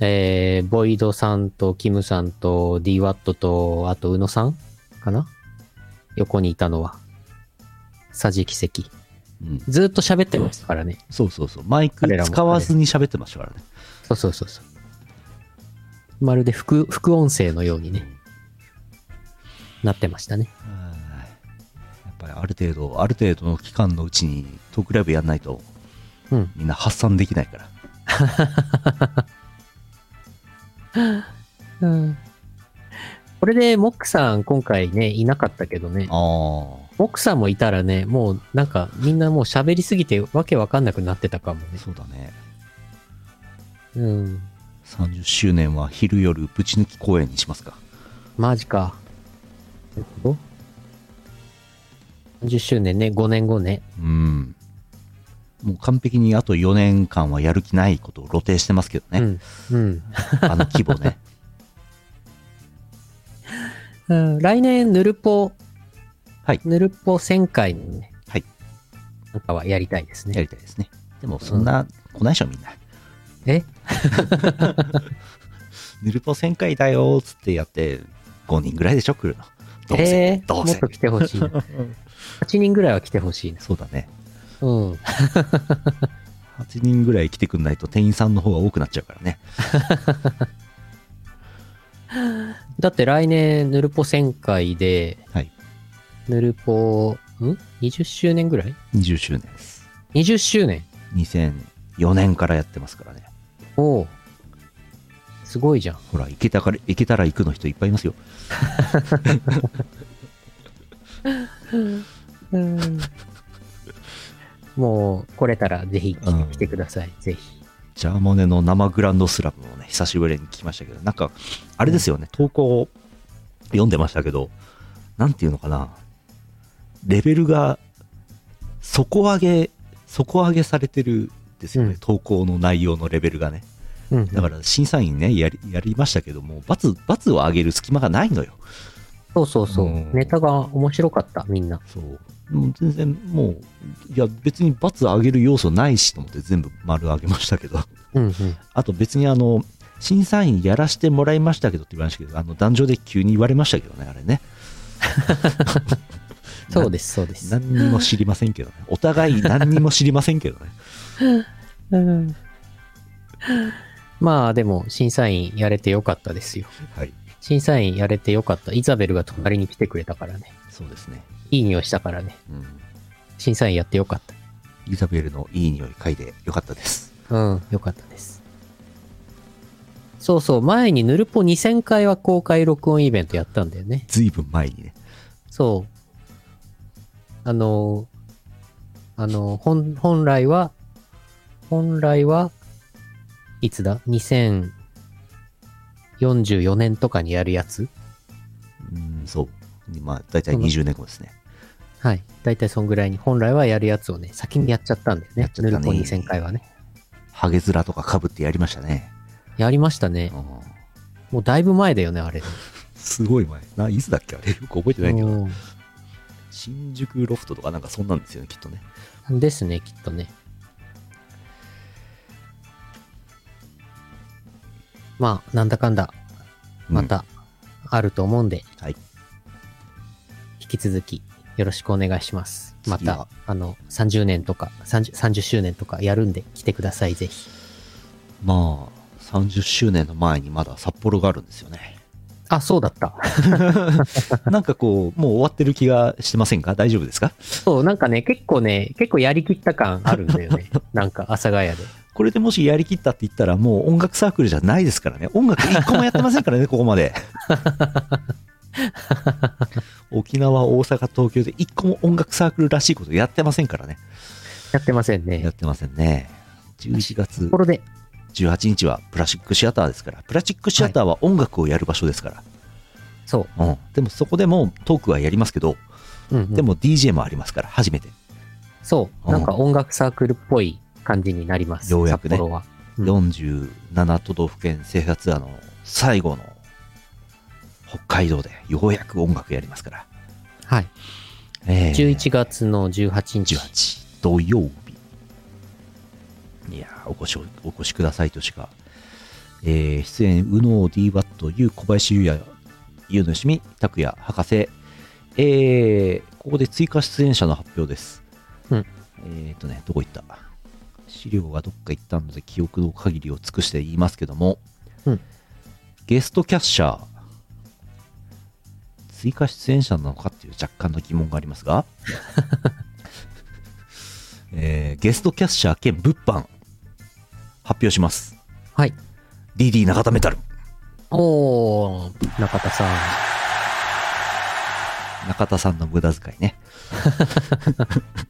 えー、ボイドさんと、キムさんと、DWAT と、あと、宇野さんかな横にいたのは。さじ奇跡。 <laughs>
うん。
ずーっと喋ってましたからね。
そうそうそう。マイク使わずに喋ってましたからね。
そうそうそうそう。まるで副、副音声のようにね、なってましたね。
はいやっぱりある程度、ある程度の期間のうちにトークライブやんないと、
うん
みんな発散できないから。
うんこれで、モックさん、今回ね、いなかったけどね、
あ
モックさんもいたらね、もう、なんか、みんなもう喋りすぎて、わけわかんなくなってたかもね
あ、。そうだね。
うん。
30周年は昼夜ぶち抜き公演にしますか。
マジか。なるほど。30周年ね、5年後ね。
うん。もう完璧にあと4年間はやる気ないことを露呈してますけどね。
うん。
あの規模
<laughs>
ね。
うん。うん、来年、ヌルポ、
はい
ヌルポ1000回のね、
はい。
なんかはやりたいです
や
ね。
りたいですね。でもそんな、来ないでしょ、みんな。
え
ヌルポ1000回だよーっつってやって、5人ぐらいでしょ、来るの。どうせ、
えー
どう
も
せ
っと来てほしい
<laughs>
な。8人ぐらいは来てほしいな。
そうだね。
うん。
8人ぐらい来てくんないと店員さんの方が多くなっちゃうからね。
だって来年、ヌルポ1000回で、
はい。
ヌルポ、ん ?20 周年ぐらい
20周年です。
?20 周年
2004年からやってますからね。
おお。すごいじゃん。
ほら、行けたから、行けたら行くの人いっぱいいますよ。
もう、来れたらぜひ
うん
来てください。ぜひ。
ジャーモネの生グランドスラムをね、久しぶりに聞きましたけど、なんか、あれですよね、投稿を読んでましたけど、なんていうのかな、レベルが底上げ、底上げされてるんですよね、
うん
投稿の内容のレベルがね。
うん。
だから審査員ね、やりやりましたけども、罰、罰を上げる隙間がないのよ。
そうそうそう。
うん
ネタが面白かった、みんな。
そう。もう全然もう、いや別に罰上げる要素ないしと思って全部丸上げましたけど。
うんうん。
<laughs> あと別にあの、審査員やらしてもらいましたけどって言われましたけど、あの、壇上で急に言われましたけどね、あれね。
そうです、そうです。
何にも知りませんけ <laughs> どね。お互い何にも知りませんけどね。
うんまあ、でも、審査員やれてよかったですよ。
はい。
審査員やれてよかった。イザベルが隣に来てくれたからね。
そうですね。
いい匂いしたからね。
うん。
審査員やってよかっ
イザベルのいい匂い嗅いでよかったです。
た。うん、よかったです。そうそう、前にヌルポ2000回は公開録音イベントやったんだよね。
ずいぶん前にね。
そう。あの、あの、本、本来は、本来は、いつだ ?2044 年とかにやるやつ
うん、そう。まあ、大体20年後ですね。
はい。だいたいそんぐらいに、本来はやるやつをね、先にやっちゃったんだよ
やっ
ね。
ちゃっ
ヌ
たね
ルポ2000回はね。
ハゲ面とかかぶってやりましたね。
やりましたね。
うん
もうだいぶ前だよね、あれ。
すごい前。な、いつだっけあれよく覚えてないけど。
う
新宿ロフトとかなんかそんなんですよね、きっとね。
んですね、きっとね。まあ、なんだかんだ、
うん
ま。た、あると思うんで、
はい。
引き続き、よろしくお願いします。ま
次は
た、あの、30年とか30、30周年とかやるんで、来てください、ぜひ。
まあ、30周年の前にまだ札幌があるんですよ <laughs> ね。
あ、そうだった。
なんかこう、もう終わってる気がしてませんか大丈夫ですか
そう、なんかね、結構ね、結構やりきった感あるんだよ
<laughs>
ね。なんか、阿佐ヶ谷で。
これでもしやりきったって言ったら、もう音楽サークルじゃないですからね。音楽一個もやってません <laughs> からね、ここまで。沖縄、大阪、東京で一個も音楽サークルらしいことやってませんからね。
やってません
やっ
ね。
てませんね。11月
ところで、
18日はプラスチックシアターですから。プラスチックシアターは音楽をやる場所ですから。
そ
うん。でもそこでもトークはやりますけど、
う。うん、うん。
でも DJ もありますから、初めて。
そう、なんか音楽サークルっぽい感じになります。
ようやくね
札幌は。うん
47都道府県制覇ツアーの最後の北海道でようやく音楽やりますから。
はい。
ええ
11月の18日。
18土曜日。いやーお越し、お越しくださいとしか。えー出演、宇野 DWAT、ゆう小林優也、ゆうのよしみ、拓也、博士。えーここで追加出演者の発表です。
うん
えっ、とね、どこ行った資料がどっか行ったので、記憶の限りを尽くして言いますけども、
うん
ゲストキャッシャー、追加出演者なのかっていう若干の疑問がありますが、えーゲストキャッシャー兼物販発表します
はい。
DD 中田メタル
おー、中田さん。
中田さんの無駄遣いね、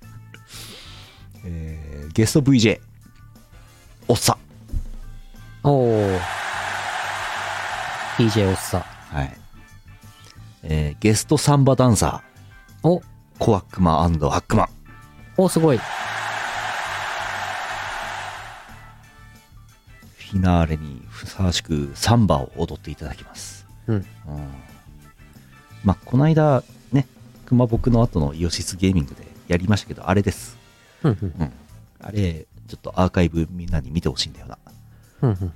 <laughs> えーゲスト VJ おっさ
おー。DJ おっさん。
ん、はいえーゲストサンバダンサ
お、
ーコアックマハックマン
お、すごい。
フィナーレにふさわしくサンバを踊っていただきます
うん。
うんまあこの間ね熊僕の後のイオシスゲーミングでやりましたけどあれです、
うんうん
うん、あれちょっとアーカイブみんなに見てほしいんだよな
うんうん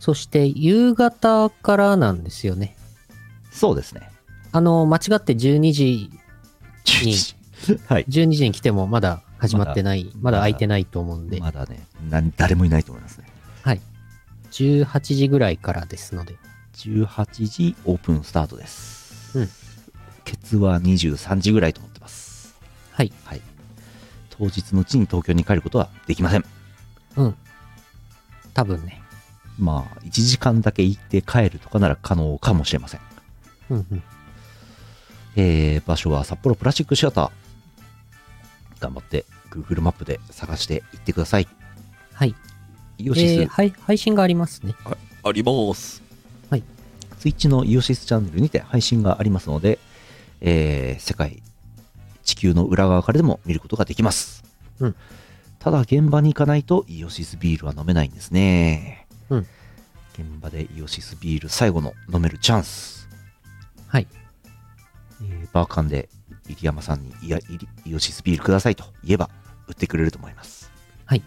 そして、夕方からなんですよね。
そうですね
あの、間違って12時、
11時 <laughs> はい
12時に来てもまだ始まってない、
まだ
まだ空いてないと思うんで、
まだねな誰もいないと思いますね
18時ぐらいからですので。
18時オープンスタートです、
うん
ケツは23時ぐらいと思ってます
はい。
はい当日のうちに東京に帰ることはできません
うん。多分ね。
まあ1時間だけ行って帰るとかなら可能かもしれません
うんうん。
えー場所は札幌プラスチックシアター。頑張って Google マップで探して行ってください。
はい。
イ
え
オシス、
ーはい、配信がありますね。
あります。
はい。
Twitch のイオシスチャンネルにて配信がありますので、えー世界、地球の裏側からでも見ることができます。
うん
ただ現場に行かないとイオシスビールは飲めないんですね。
うん
現場でイオシスビール最後の飲めるチャンス。
はい。
えーバーカンで入山さんにいやイリイオシスビールくださいと言えば売ってくれると思います
はい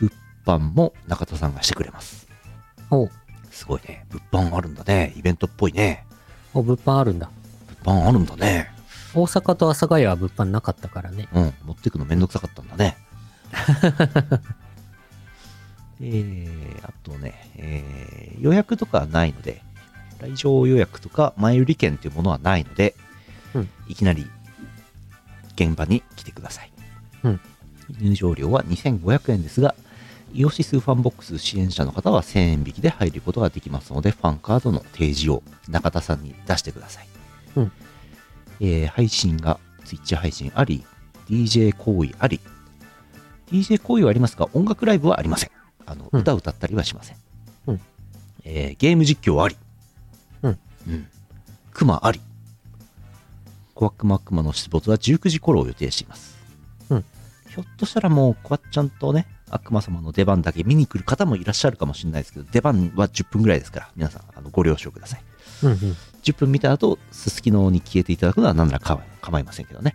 物販も中田さんがしてくれます
おう
すごいね物販あるんだねイベントっぽいね
お、物販あるんだ。
物販あるんだね
大阪と阿佐ヶ谷は物販なかったからね。
うん持ってくのめんどくさかったんだね <laughs> えー、あとね、えー予約とかはないので来場予約とか前売り券というものはないので、
うん
いきなり現場に来てください、
うん
入場料は2500円ですがイオシスファンボックス支援者の方は1000円引きで入ることができますのでファンカードの提示を中田さんに出してください、
うん
えー配信が Twitch 配信あり DJ 行為あり DJ 行為はありますが音楽ライブはありませんあの
うん
歌歌ったりはしません、
うん
えーゲーム実況あり、
うん
うん、クマありコアクマクマの出没は19時頃を予定しています、
うん
ひょっとしたらもうコアちゃんとね悪魔様の出番だけ見に来る方もいらっしゃるかもしれないですけど出番は10分ぐらいですから皆さんあのご了承ください
うんうん。
10分見た後すすきのに消えていただくのは何らか構いませんけどね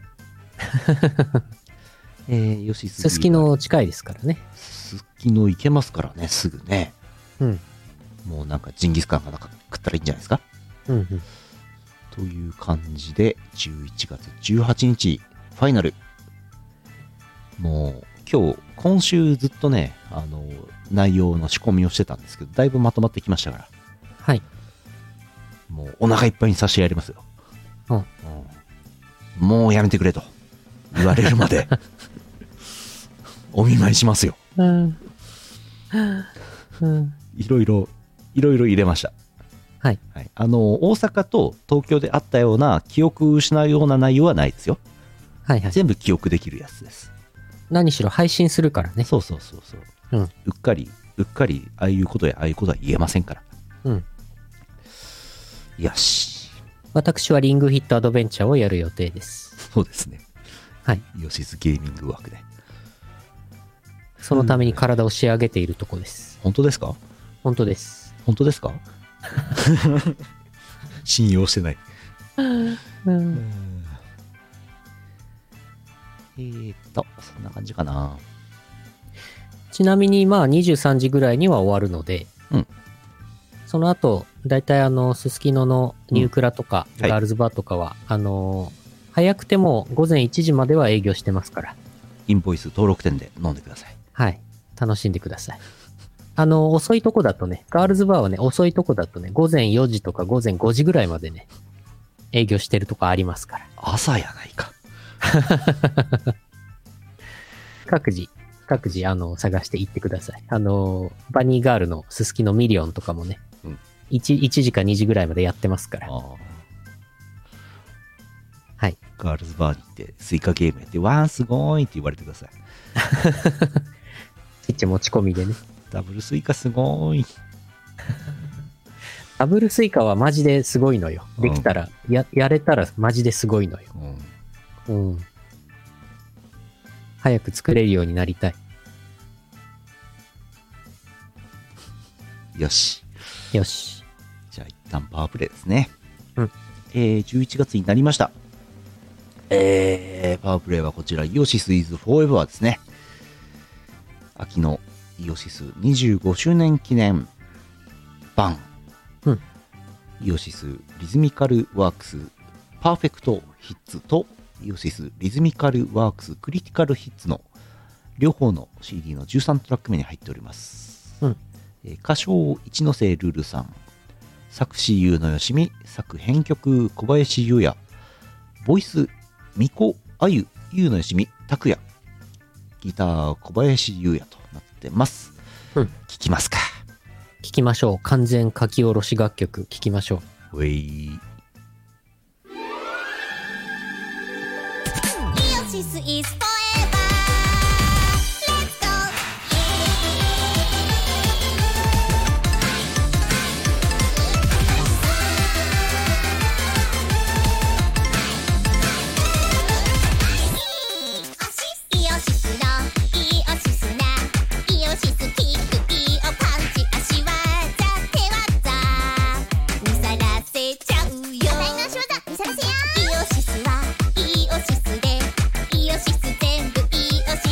えー、よし
すすきの近いですからね。
すすきの行けますからね、すぐね。
うん。
もうなんかジンギスカンがなんか食ったらいいんじゃないですか
うんうん。
という感じで、11月18日、ファイナル。もう、今日、今週ずっとね、あの、内容の仕込みをしてたんですけど、だいぶまとまってきましたから、
はい。
もうお腹いっぱいに差し上げますよ。
うん
うんもうやめてくれと言われるまで、お見舞いしますよ。
うん。うん。
いろいろ、いろいろ入れました。
はい。
はい、あの、大阪と東京であったような、記憶失うような内容はないですよ。
はいはい。
全部記憶できるやつです。
何しろ配信するからね。
そうそうそうそう。
うん
っかり、うっかり、ああいうことやああいうことは言えませんから。
うん。
よし。
私はリングヒットアドベンチャーをやる予定です。
そうですね。
はい。
吉津ゲーミングワークで。
そのために体を仕上げているとこです。
本当ですか
本当です。
本当です <laughs> か信用してない。
うん。
えーっと、そんな感じかな。
ちなみに、まあ、23時ぐらいには終わるので、
うん
その後、だいたいあの、すすきののニュークラとか、
うんはい
ガールズバーとかは、あのー早くても午前1時までは営業してますから、
インボイス登録店で飲んでください。
はい。楽しんでください。あの、遅いとこだとね、ガールズバーはね、遅いとこだとね、午前4時とか午前5時ぐらいまでね、営業してるとこありますから。
朝やないか。
各自、各自、あの、探して行ってください。あの、バニーガールのすすきのミリオンとかもね、
うん
一 1, 時か2時ぐらいまでやってますから。
あ
はい。
ガールズバーに行って、スイカゲームやって、わー、すごいって言われてください。
スイッチ持ち込みでね。
ダブルスイカすごい。
ダブルスイカはマジですごいのよ。できたら、や、やれたらマジですごいのよ。
う
う
ん。
ん。早く作れるようになりたい。
よし。
よし。
じゃあ、一旦パワープレイですね。
うん。
えー、11月になりました。えー、パワープレイはこちら、イオシスイズフォーエバーですね。秋のイオシス25周年記念版。
うん
イオシスリズミカルワークスパーフェクトヒッツとイオシスリズミカルワークスクリティカルヒッツの両方の CD の13トラック目に入っております。
うん
えー歌唱一ノ瀬ルルさん、作詞優のよしみ、作編曲小林優也、ボイス巫女あゆ優のよしみ拓也、ギター小林優也となってます。
うん
聞きますか。
聞きましょう。完全書き下ろし楽曲聞きましょう。
ウェイ。
This is forever. Let's go. Yeah. イオシスのイオシスなイオシスキックイオパンチ足技手技見さらせちゃうよ巨大な足技見さらせよイオシスはイオシスでイオシス全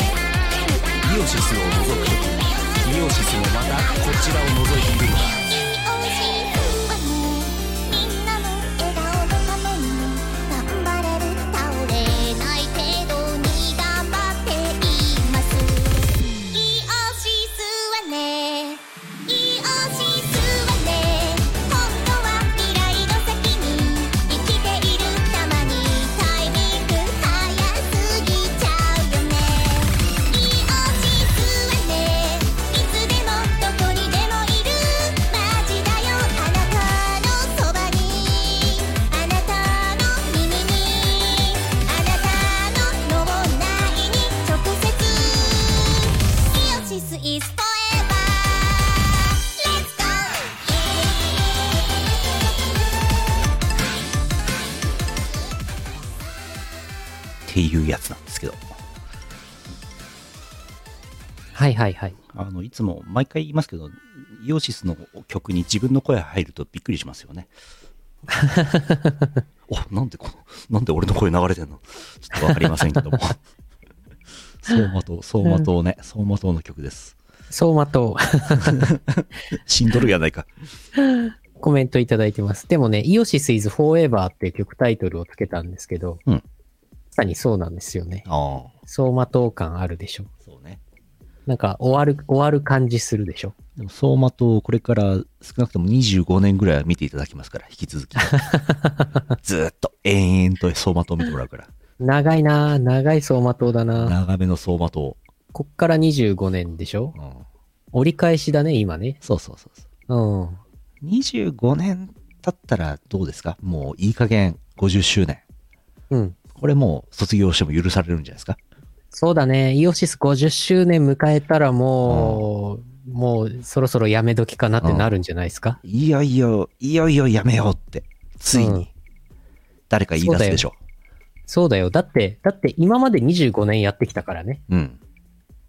シスを覗くときイオシスもまたこちらを覗いているのだ
イオシスはねみんなの笑顔のために頑張れる倒れない程度に頑張っていますイオシスはねイオシスはね本当は未来の先に生きているたまにタイミング早すぎちゃうよねイオシスはねいつでもどこにでもいるマジだよあなたのそばにあなたの耳にあなたの脳内に直接イオシス is forever Let's go!
ていうやつなんですけど。
はいはいはい。
あの、いつも毎回言いますけど、イオシスの曲に自分の声入るとびっくりします <laughs> よね。お、なんでこの、なんで俺の声流れてんのちょっとわかりませんけど <laughs> も。相馬灯、相馬灯ね、相馬灯の曲です。
相馬と
死んどるやないか。
コメントいただいてます。でもね、イオシスイズフォーエバーっていう曲タイトルをつけたんですけど、
うん
まさにそうなんですよね。
ああ、
相馬と感あるでしょ。
そうね。
なんか終わる、終わる感じするでしょ。
でも相馬灯、これから少なくとも25年ぐらいは見ていただきますから、引き <laughs> 続き。ずーっと延々と相馬灯見てもらうから。
長いなぁ、長い相馬灯だなぁ。
長めの相馬灯。
こっから25年でしょ
うん、
折り返しだね、今ね。
そうそうそうそう。
うん。
25年経ったらどうですかもういい加減50周年。
うん。
これもう卒業しても許されるんじゃないですか
そうだね。イオシス50周年迎えたらもう、もうそろそろやめ時かなってなるんじゃないですか、
いよいよ、いよいよやめようって。つい
うん
に。誰か言い出すでしょ。
そうだよ。だって、だって今まで25年やってきたからね。
うん。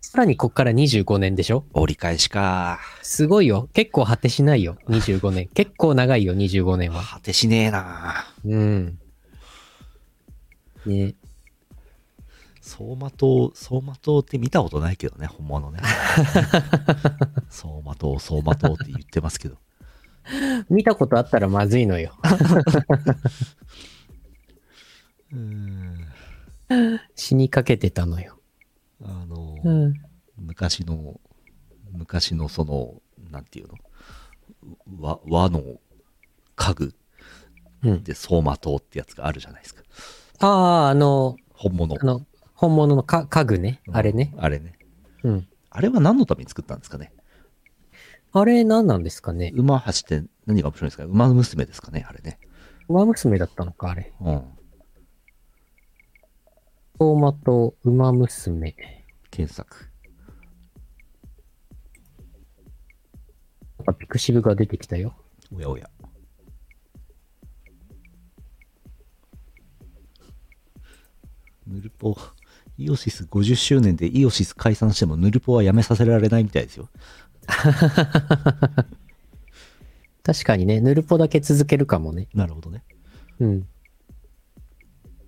さらにこっから25年でしょ
折り返しか。
すごいよ。結構果てしないよ。25年。 <laughs> 結構長いよ、25年は。
果てしねえな
うん。ね
相馬灯、相馬灯って見たことないけどね、本 <laughs> 物ね。相馬灯、相馬灯って言ってますけど。
見たことあったらまずいのよ。
うーん。
死にかけてたのよ。
あの、
うん。
昔の、昔のその、なんていうの、わ和の家具
うん。
で相馬灯ってやつがあるじゃないですか。
ああ、あの、
本物
あ。の、本物のか家具ね。
うん
あれね。。
あれね。
うん。
あれは何のために作ったんですかね
あれ何なんですかね。
馬走って何が面白いんですか馬娘ですかねあれね。
馬娘だったのか、あれ。
うん。
相馬と馬娘。
検索。
なんかピクシブが出てきたよ。
おやおや。ヌルポ、イオシス50周年でイオシス解散してもヌルポはやめさせられないみたいですよ。
確かにね、ヌルポだけ続けるかもね。
なるほどね。
うん。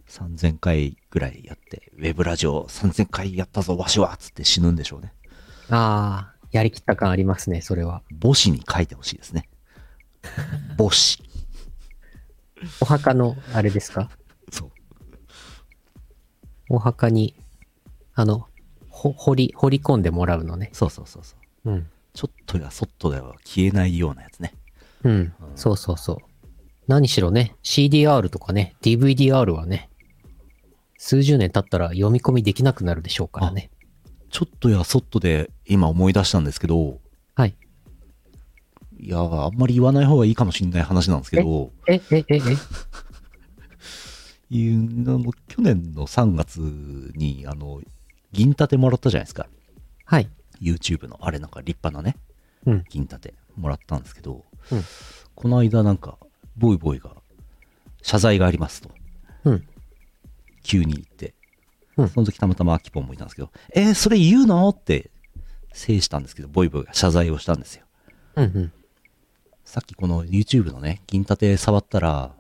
3000回ぐらいやって、ウェブラジオ3000回やったぞ、わしはっつって死ぬんでしょうね。
ああ、やりきった感ありますね、それは。
母子に書いてほしいです <laughs> ね。母子。
お墓の、あれですか
そう。
お墓に、あの、ほ、掘り、掘り込んでもらうのね。
そうそうそうそう。
うん。
ちょっとやそっとでは消えないようなやつね。
うん。そうそうそう。何しろね、CDR とかね、DVDR はね、数十年経ったら読み込みできなくなるでしょうからね。
ちょっとやそっとで今思い出したんですけど、
はい。
いや、あんまり言わない方がいいかもしれない話なんですけど、
え、え、え、え、
いうあの去年の3月に、あの、銀盾もらったじゃないですか。
はい。
YouTube の、あれなんか立派なね、
うん。
銀盾もらったんですけど、
うん
この間なんか、ボイボイが、謝罪がありますと、
うん。
急に言って、
うん
その時たまたまアキポンもいたんですけど、えー、それ言うのって、制したんですけど、ボイボイが謝罪をしたんですよ。
うん。うん。
さっきこの YouTube のね、銀盾触ったら、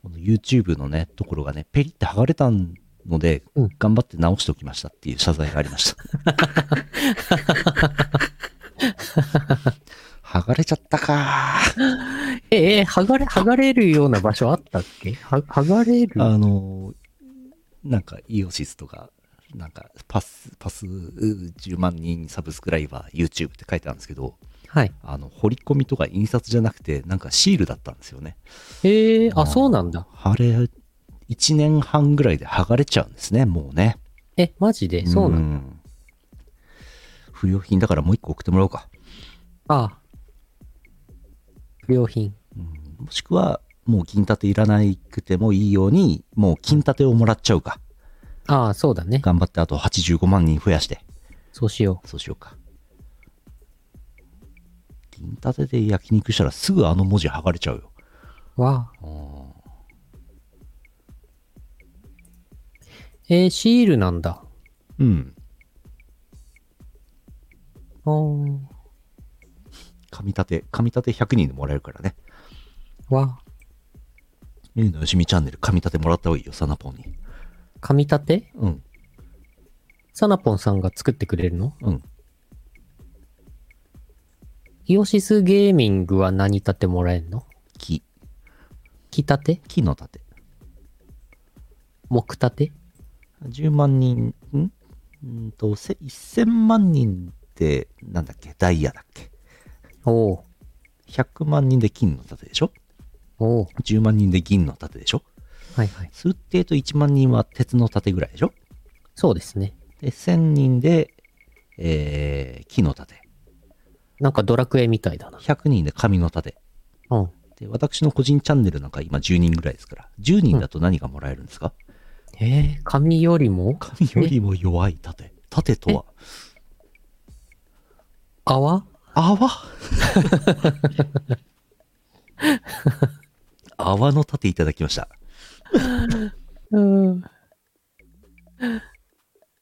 この YouTube のね、ところがね、ペリって剥がれたんので、
うん
頑張って直しておきましたっていう謝罪がありま
<laughs>
した。剥がれちゃったかー
え、え、剥がれ、剥がれるような場所あったっけは剥がれる
あの、なんかイオシスとか、なんかパス、パスう10万人サブスクライバー YouTube って書いてあるんですけど、
はい。
あの、彫り込みとか印刷じゃなくて、なんかシールだったんですよね。
ええあ、そうなんだ。
あれ、1年半ぐらいで剥がれちゃうんですね、もうね。
え、マジでそうなんだ。
ん不良品だからもう一個送ってもらおうか。
ああ。不良品。
うんもしくは、もう金盾いらなくてもいいように、もう金盾をもらっちゃうか。
ああ、そうだね。
頑張ってあと85万人増やして。
そうしよ
そうしようか。銀盾で焼肉したらすぐあの文字剥がれちゃうよ。
う。わあ。えー、シールなんだ。
うん。
あー
紙盾、紙盾100人でもらえるからね。
わあ。
ゆうのよしみチャンネル紙盾もらった方がいいよ、サナポンに。
紙立て
うん、
サナポンさんが作ってくれるの
うん。
イオシスゲーミングは何立てもらえんの
木、
木立て
木の盾。
木立て
10万人、んんーと、せ1000万人って、なんだっけ、ダイヤだっけ。
おお
100万人で金の盾でしょ
おお
?10 万人で銀の盾でしょ
はいはい。
数定と1万人は鉄の盾ぐらいでしょ
そうですね。
で、1000人で、えー、木の盾。
なんかドラクエみたいだな。
100人で紙の盾。
うん。
で、私の個人チャンネルなんか今10人ぐらいですから。10人だと何がもらえるんですか、
えー、紙よりも
紙よりも弱い盾。盾とは
泡
泡 <laughs> 泡の盾いただきました。
うん。 <laughs>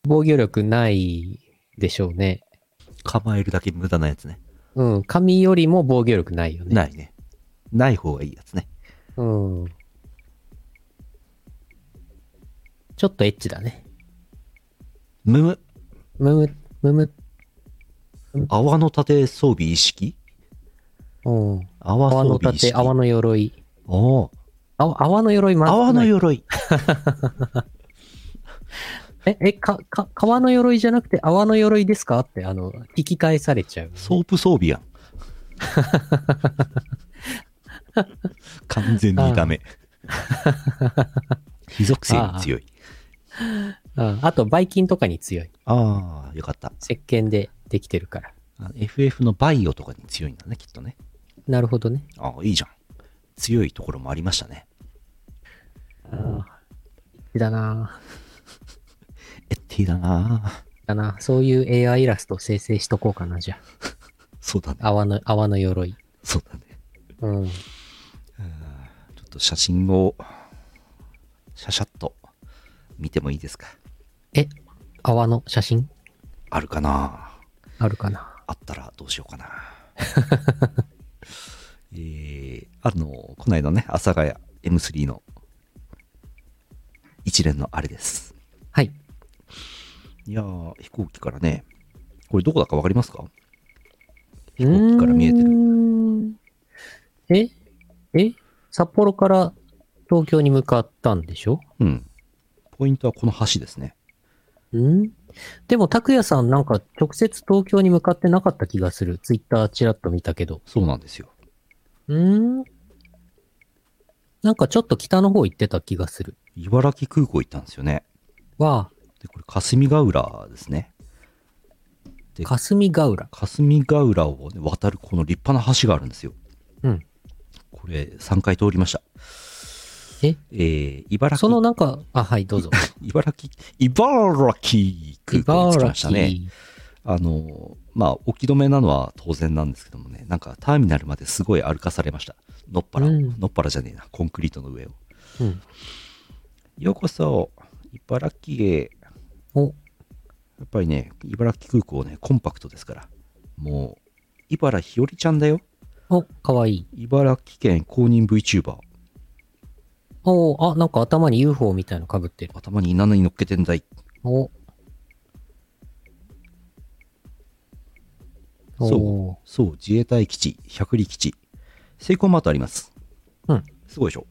防御力ないでしょうね。
構えるだけ無駄なやつね。
うん。紙よりも防御力ないよね。
ないね。ない方がいいやつね。
うん。ちょっとエッチだね。
むむ、
むむ、むむ、
泡の盾装備一式
うん。
泡
泡
装
の
備
盾、
一式。
泡の鎧。
おー
泡泡の鎧まず
泡の鎧。
え、え、か、か、革の鎧じゃなくて泡の鎧ですかって、あの、聞き返されちゃう。
ソープ装 <laughs> 備やん。完全にダメ。火属性に強い。
うん。あと、バイキンとかに強い。
ああー、よかった。
石鹸でできてるから。
あ FF のバイオとかに強いんだね、きっとね。
なるほどね。
ああ、いいじゃん。強いところもありましたね。
だなぁ
えってだなぁ
だなぁそういう AI イラスト生成しとこうかな、じゃ
そうだね。
あ。泡の、泡の鎧。
そうだね。
うん。
ちょっと写真を、シャシャっと見てもいいですか。
え、泡の写真
あるかな
あるかな
あったらどうしようかな。 <laughs> えー、あの、この間ね、阿佐ヶ谷 M3 の一連のあれです。
はい。
いやー、飛行機からね、これどこだかわかりますか
飛
行機から見えてる
ええ札幌から東京に向かったんでしょ
うん。ポイントはこの橋ですね。
んでも、拓也さんなんか直接東京に向かってなかった気がする。ツイッターちらっと見たけど。
そうなんですよ。
んなんかちょっと北の方行ってた気がする。
茨城空港行ったんですよね。
わ
で、これ霞ヶ浦ですね。
あ、霞ヶ浦。
霞ヶ浦をね、渡るこの立派な橋があるんですよ。
うん。
これ、3回通りました。
え
えー、茨
そ
城
のなんか、あ、はい、どうぞ。
茨城、茨城 <laughs> 空港に着きましたね。あの、まあ、置き止めなのは当然なんですけどもね、なんかターミナルまですごい歩かされました。のっぱら、
うん
のっぱらじゃねえな、コンクリートの上を。
城。うん。
ようこそ、茨城へ。
お、
やっぱりね、茨城空港ね、コンパクトですから。もう、茨ひよりちゃんだよ。
お、かわいい。
茨城県公認 VTuber。
おおあ、なんか頭に UFO みたいの被ってる。
頭に何に乗っけてんだい。
おお
そ
お
う。そう、自衛隊基地、百里基地。セイコンマートあります。
うん。
すごいでしょ。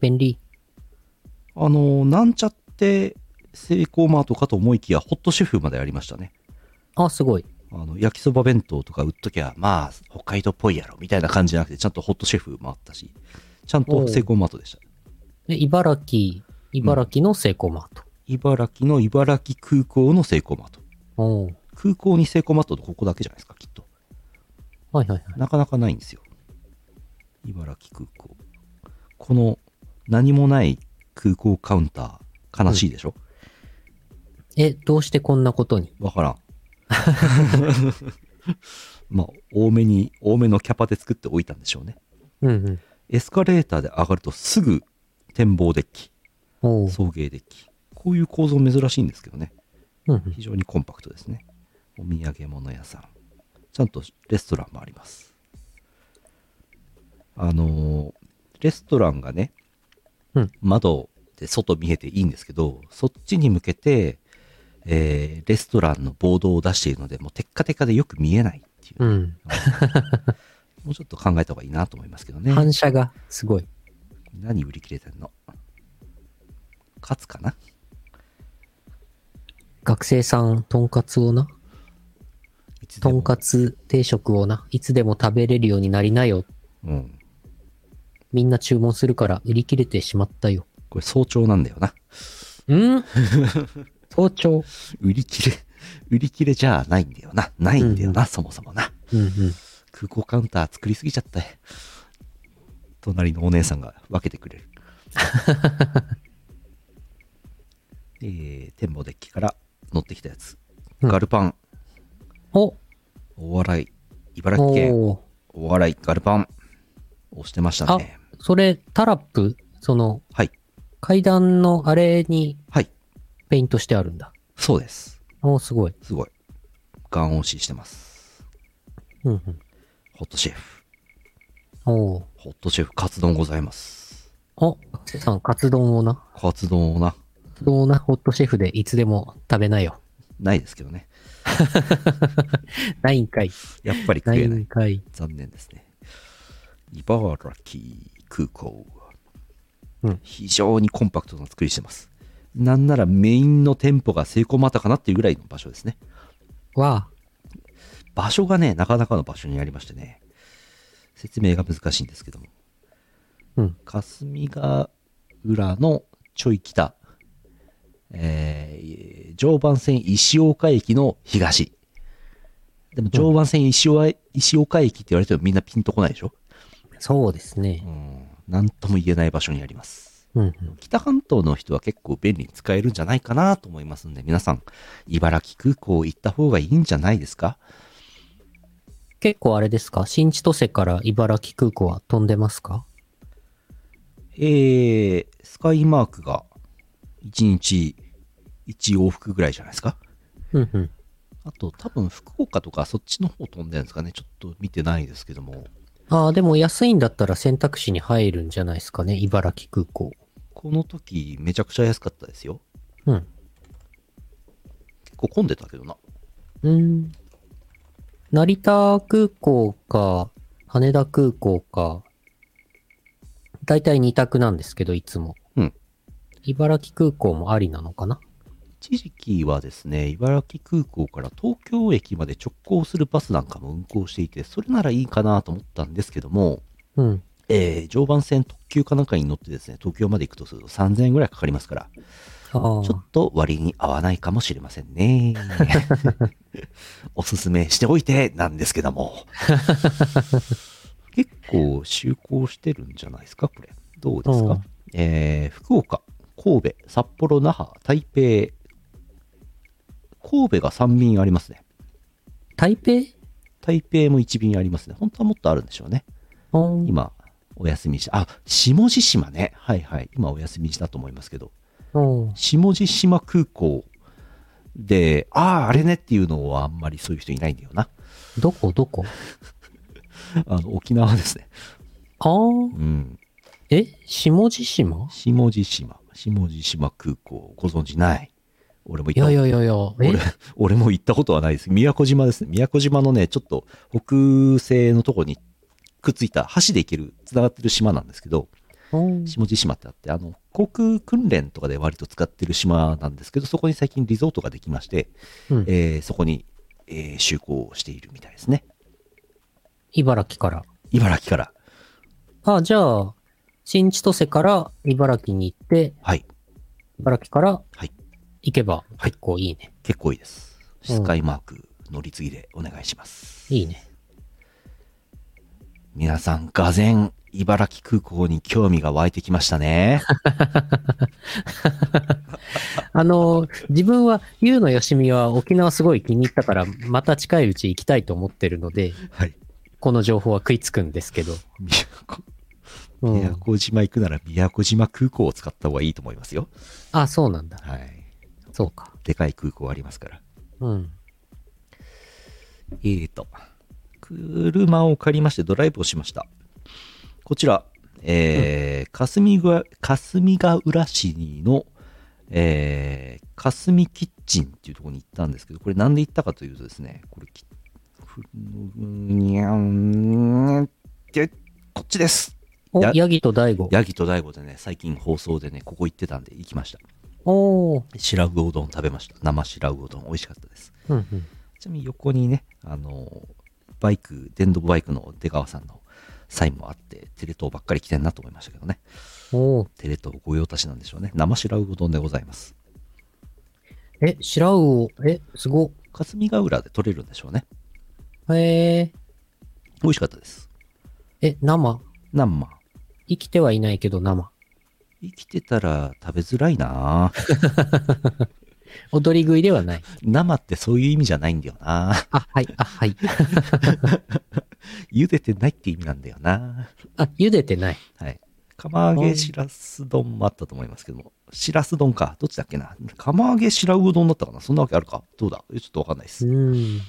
便利。
あのー、なんちゃって、セイコーマートかと思いきや、ホットシェフまでありましたね。
あ、すごい。
あの、焼きそば弁当とか売っときゃ、まあ、北海道っぽいやろ、みたいな感じじゃなくて、ちゃんとホットシェフもあったし、ちゃん
お
と
う
セイコーマートでした。
で、茨城、茨城のセイコーマート。
茨城の茨城空港のセイコーマート。
おお
空港にセイコーマートってここだけじゃないですか、きっと。
はいはいはい。
なかなかないんですよ。茨城空港。この何もない空港カウンター、悲しいでしょ
え、どうしてこんなことに
わからん。 <laughs> まあ、多めに、多めのキャパで作っておいたんでしょうね。
うんうん。
エスカレーターで上がるとすぐ展望デッキ、
おお。
送迎デッキ。こういう構造珍しいんですけどね。
うんうん
非常にコンパクトですね。お土産物屋さん。ちゃんとレストランもあります。あのーレストランがね、
うん
窓で外見えていいんですけど、そっちに向けて、えーレストランのボードを出しているので、もうテッカテカでよく見えないっていう
う
ね、
ん。
もうちょっと考えた方がいいなと思いますけどね。
反射がすごい。
何売り切れてんのカツかな
学生さん、とんかつをな、
いつで
と
も
んかつ定食をな、いつでも食べれるようになりなよ。
うん。
みんな注文するから売り切れてしまったよ。
これ早朝なんだよな。
<laughs> うん早朝。
売り切れ、 <laughs> 売り切れじゃないんだよな。ないんだよな、そもそもな。
うんうん。
空港カウンター作りすぎちゃった。隣のお姉さんが分け
<laughs>
てくれる。えー、展望デッキから乗ってきたやつ。
うん
ガルパン、
お
お笑い、茨城県、
おー
お笑い、ガルパン、押してました
あ
ね。、
それ、タラップその、
はい、
階段のあれに
はい、
ペイントしてあるんだ。
そうです。
おーすごい。
すごい。ガン押ししてます。
うんうん。
ホットシェフ、
おー
ホットシェフ、カツ丼ございます。
お、学生さん、カツ丼をな。
カツ丼をな、
カツ丼をな、ホットシェフでいつでも食べなよ。
ないですけどね。
ないんかい。
やっぱり食
ない
えない
ん。かい。
残念ですね。茨城空港。
うん
非常にコンパクトな作りしてます。なんならメインの店舗がセイコーマートかなっていうぐらいの場所ですね。
わ
場所がね、なかなかの場所にありましてね。説明が難しいんですけども。
あ。うん。
霞ヶ浦のちょい北。えー常磐線石岡駅の東。でも常磐線石岡,、石岡駅って言われてもみんなピンとこないでしょ
そうですね。
なんとも言えない場所にあります。
うんうん。
北関東の人は結構便利に使えるんじゃないかなと思いますんで、皆さん、茨城空港行った方がいいんじゃないですか
結構あれですか新千歳から茨城空港は飛んでますか
えー、スカイマークが1日1往復ぐらいじゃないですか
うんうん。
あと多分福岡とかそっちの方飛んでるんですかねちょっと見てないですけども、
ああ、でも安いんだったら選択肢に入るんじゃないですかね茨城空港。
この時めちゃくちゃ安かったですよ。
うん。
結構混んでたけどな。
うん。成田空港か、羽田空港か、大体二択なんですけど、いつも。
うん。
茨城空港もありなのかな
一時期はですね、茨城空港から東京駅まで直行するバスなんかも運行していて、それならいいかなと思ったんですけども、
うん。
えー常磐線特急かなんかに乗ってですね、東京まで行くとすると3000円ぐらいかかりますから、
ああ
ちょ。っと割に合わないかもしれません
<laughs>
ね。おすすめしておいてなんですけ
<laughs>
ども。結構就航してるんじゃないですか、これ。どうです
う
か
ん、
えー福岡、神戸、札幌、那覇、台北。神戸が3便ありますね。
台北
台北も1便ありますね。本当はもっとあるんでしょうね。
うん。
今、お休みし、あ、下地島ね。はいはい。今お休みしたと思いますけど。
うん。
下地島空港で、ああ、あれねっていうのはあんまりそういう人いないんだよな。
どこどこ
あの、沖縄ですね。
ああ。
うん。
え下地島
下地島、下地島空港、ご存知ない。俺も
い
行っ
や
た
いやいやいや、え
俺俺も行ったことはないです。宮古島ですね。宮古島のね、ちょっと北西のとこにくっついた橋で行ける、繋がってる島なんですけど、
うん
下地島ってあって、あの、航空訓練とかで割と使ってる島なんですけど、そこに最近リゾートができまして、
うん
えーそこに、えー就航しているみたいですね。
茨城から。
茨城から。
あ、じゃあ、新千歳から茨城に行って、
はい。
茨城から
はい
行けば結構いいね。
結構いいです。
うん
スカイマーク乗り継ぎでお願いします。
いいね。
皆さん、がぜん、茨城空港に興味が湧いてきましたね。
あの、自分は、ゆうのよしみは沖縄すごい気に入ったから、また近いうち行きたいと思ってるので、
<laughs> はい。
この情報は食いつくんですけど。
宮古
うん
宮古島行くなら宮古島空港を使った方がいいと思いますよ。
あ、そうなんだ。
はい。
そうか。
でかい空港ありますから。
うん。
えーと、車を借りましてドライブをしました。こちら、えー霞が霞ヶ浦市の、えー、霞キッチンっていうところに行ったんですけど、これなんで行ったかというとですね、これ、きふにゃんって、こっちです
お、
や
ヤギと大悟。
ヤギと大悟でね、最近放送でね、ここ行ってたんで行きました。
おー。
白魚丼食べました。生白魚丼美味しかったです。
うんうん。
ちなみに横にね、あの、バイク、電動バイクの出川さんのサインもあって、テレ東ばっかり来てんなと思いましたけどね。
おー。
テレ東御用達なんでしょうね。生白魚丼でございます。
え、白魚、え、すごっ。
霞ヶ浦で取れるんでしょうね。
へえ。
美味しかったです。
え、生
生。
生きてはいないけど生。
生きてたら食べづらいなぁ
踊り食いではない。
生ってそういう意味じゃないんだよなぁ
あ、はい、あ、はい。
茹でてないって意味なんだよな
あ、茹でてない。
ぁはい。釜揚げしらす丼もあったと思いますけども。しらす丼か。どっちだっけな釜揚げ白魚丼だったかなそんなわけあるかどうだえちょっとわかんないです
う。ーん。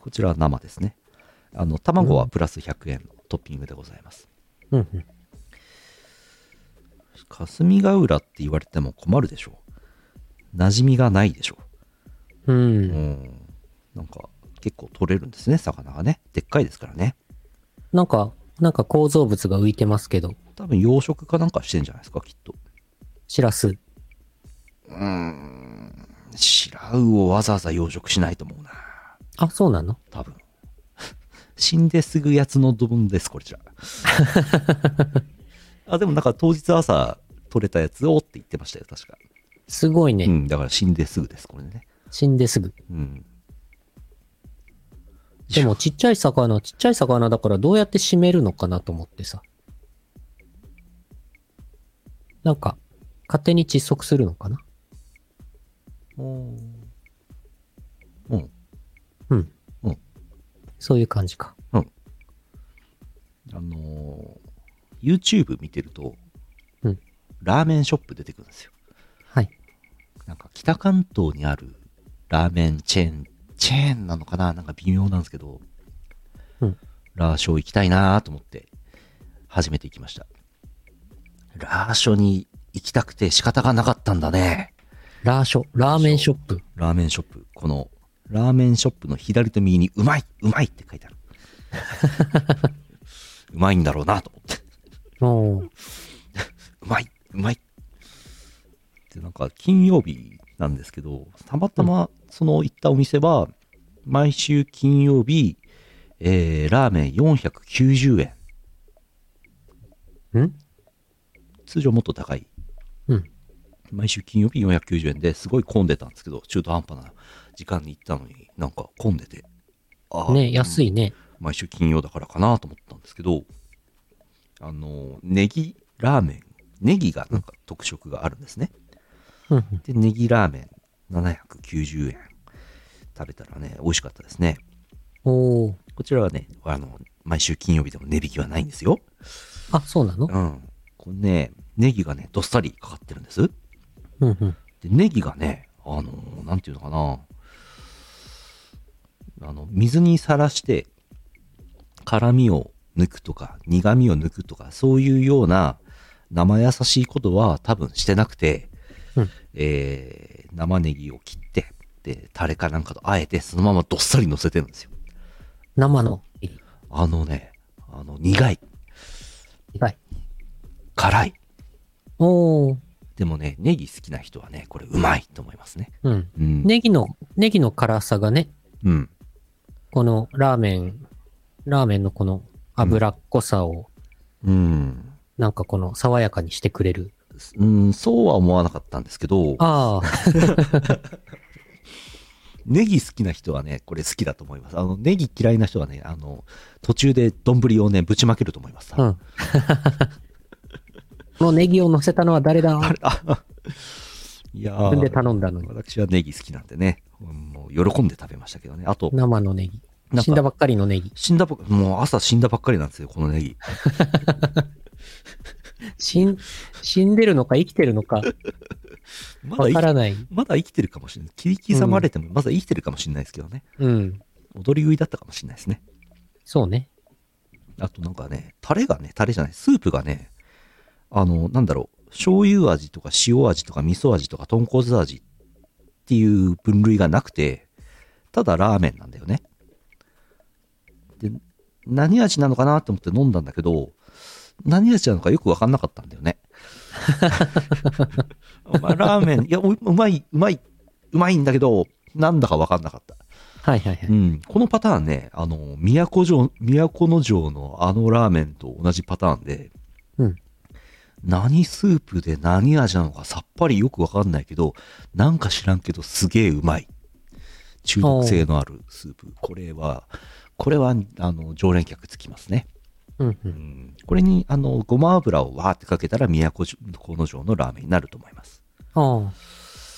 こちらは生ですね。あの、卵はプラス100円のトッピングでございます。
うんうん。
霞ヶ浦って言われても困るでしょう。馴染みがないでしょ
う。
う。うんん。なんか、結構取れるんですね、魚がね。でっかいですからね。
なんか、なんか構造物が浮いてますけど、
多分養殖かなんかしてんじゃないですか、きっと。
シラス。
うーん。白魚をわざわざ養殖しないと思うな。
あ、そうなの
多分。 <laughs> 死んですぐやつの丼です、こちら。あ、でもなんか当日朝取れたやつをって言ってましたよ、確か。
すごいね。
うん、だから死んですぐです、これね。
死んですぐ。
うん。
でもちっちゃい魚、ちっちゃい魚だからどうやって締めるのかなと思ってさ。なんか、勝手に窒息するのかな
うん。うん。
うん。
うん
そういう感じか。
あのー、YouTube 見てると、
うん
ラーメンショップ出てくるんですよ。
はい。
なんか北関東にあるラーメンチェーン、チェーンなのかななんか微妙なんですけど、
うん
ラーショー行きたいなーと思って、初めて行きました。ラーショーに行きたくて仕方がなかったんだね。
ラーショ、ラーメンショップ。
ラーメンショップ。この、ラーメンショップの左と右に、うまい、うまいって書いてある。 <laughs> うまいんだろうなと思って。
おー
うまい、うまい。で、なんか、金曜日なんですけど、たまたま、その行ったお店は、毎週金曜日、えー、ラーメン490円。
ん
通常もっと高い。
うん。
毎週金曜日490円ですごい混んでたんですけど、中途半端な時間に行ったのになんか混んでて。あー
ね、安いね。
毎週金曜だからかなと思ったんですけど、あの、ネギラーメン、ネギがなんか特色があるんですね。
うんうん。
で、ネギラーメン790円食べたらね、美味しかったですね。
おー
こちらはね、あの、毎週金曜日でも値引きはないんですよ。
あ、そうなの
うん。これね、ネギがね、どっさりかかってるんです。
うんうん。
で、ネギがね、あのーなんていうのかな、あの、水にさらして、辛みを抜くとか、苦味を抜くとか、そういうような、生優しいことは多分してなくて、
うん
えー生ネギを切って、で、タレかなんかとあえて、そのままどっさり乗せてるんですよ。
生の、
あのね、あの、苦い、
苦い。
辛い。
おー。
でもね、ネギ好きな人はね、これうまいと思いますね。
うん。
うん。
ネギの、ネギの辛さがね、
うん。
このラーメン、ラーメンのこの脂っこさを、
うん。
なんかこの爽やかにしてくれる。
うん、そうは思わなかったんですけど、
ああ、
ネギ好きな人はね、これ好きだと思います。あの、ネギ嫌いな人はね、あの、途中で丼をね、ぶちまけると思います。
<laughs> うん。このネギを乗せたのは誰だ
あれあ <laughs> いや
自分で
ー、
頼んだのに。
私はネギ好きなんでね、もう喜んで食べましたけどね。あと、
生のネギ
なん。か
死んだばっかりのネギ。
死んだばっか、もう朝死んだばっかりなんですよ、このネギ。
死ん、死んでるのか生きてるの <laughs> か
まだ
わ
生
か
き
らない。
まだ生きてるかもしれない。切り刻まれても、まだ生きてるかもしれないですけどね。
うん。
踊り食いだったかもしれないですね。
そうね。
あとなんかね、タレがね、タレじゃない、スープがね、あの、なんだろう、醤油味とか塩味とか味噌味とか豚骨味っていう分類がなくて、ただラーメンなんだよね。で、何味なのかなと思って飲んだんだけど、何味なのかよくわかんなかったんだよね。お前ラーメン、いや、おいうまい、うまい、うまいんだけど、なんだかわかんなかった。
はいはいは
う
い。
ん、このパターンね、あの、都城、都の城のあのラーメンと同じパターンで、
うん
何スープで何味なのかさっぱりよくわかんないけど、なんか知らんけどすげえうまい。中毒性のあるスープ。これは、これは、あの、常連客つきますね。
うんう。
うんん、これに、あの、ごま油をわーってかけたら都城のラーメンになると思います。
ああ。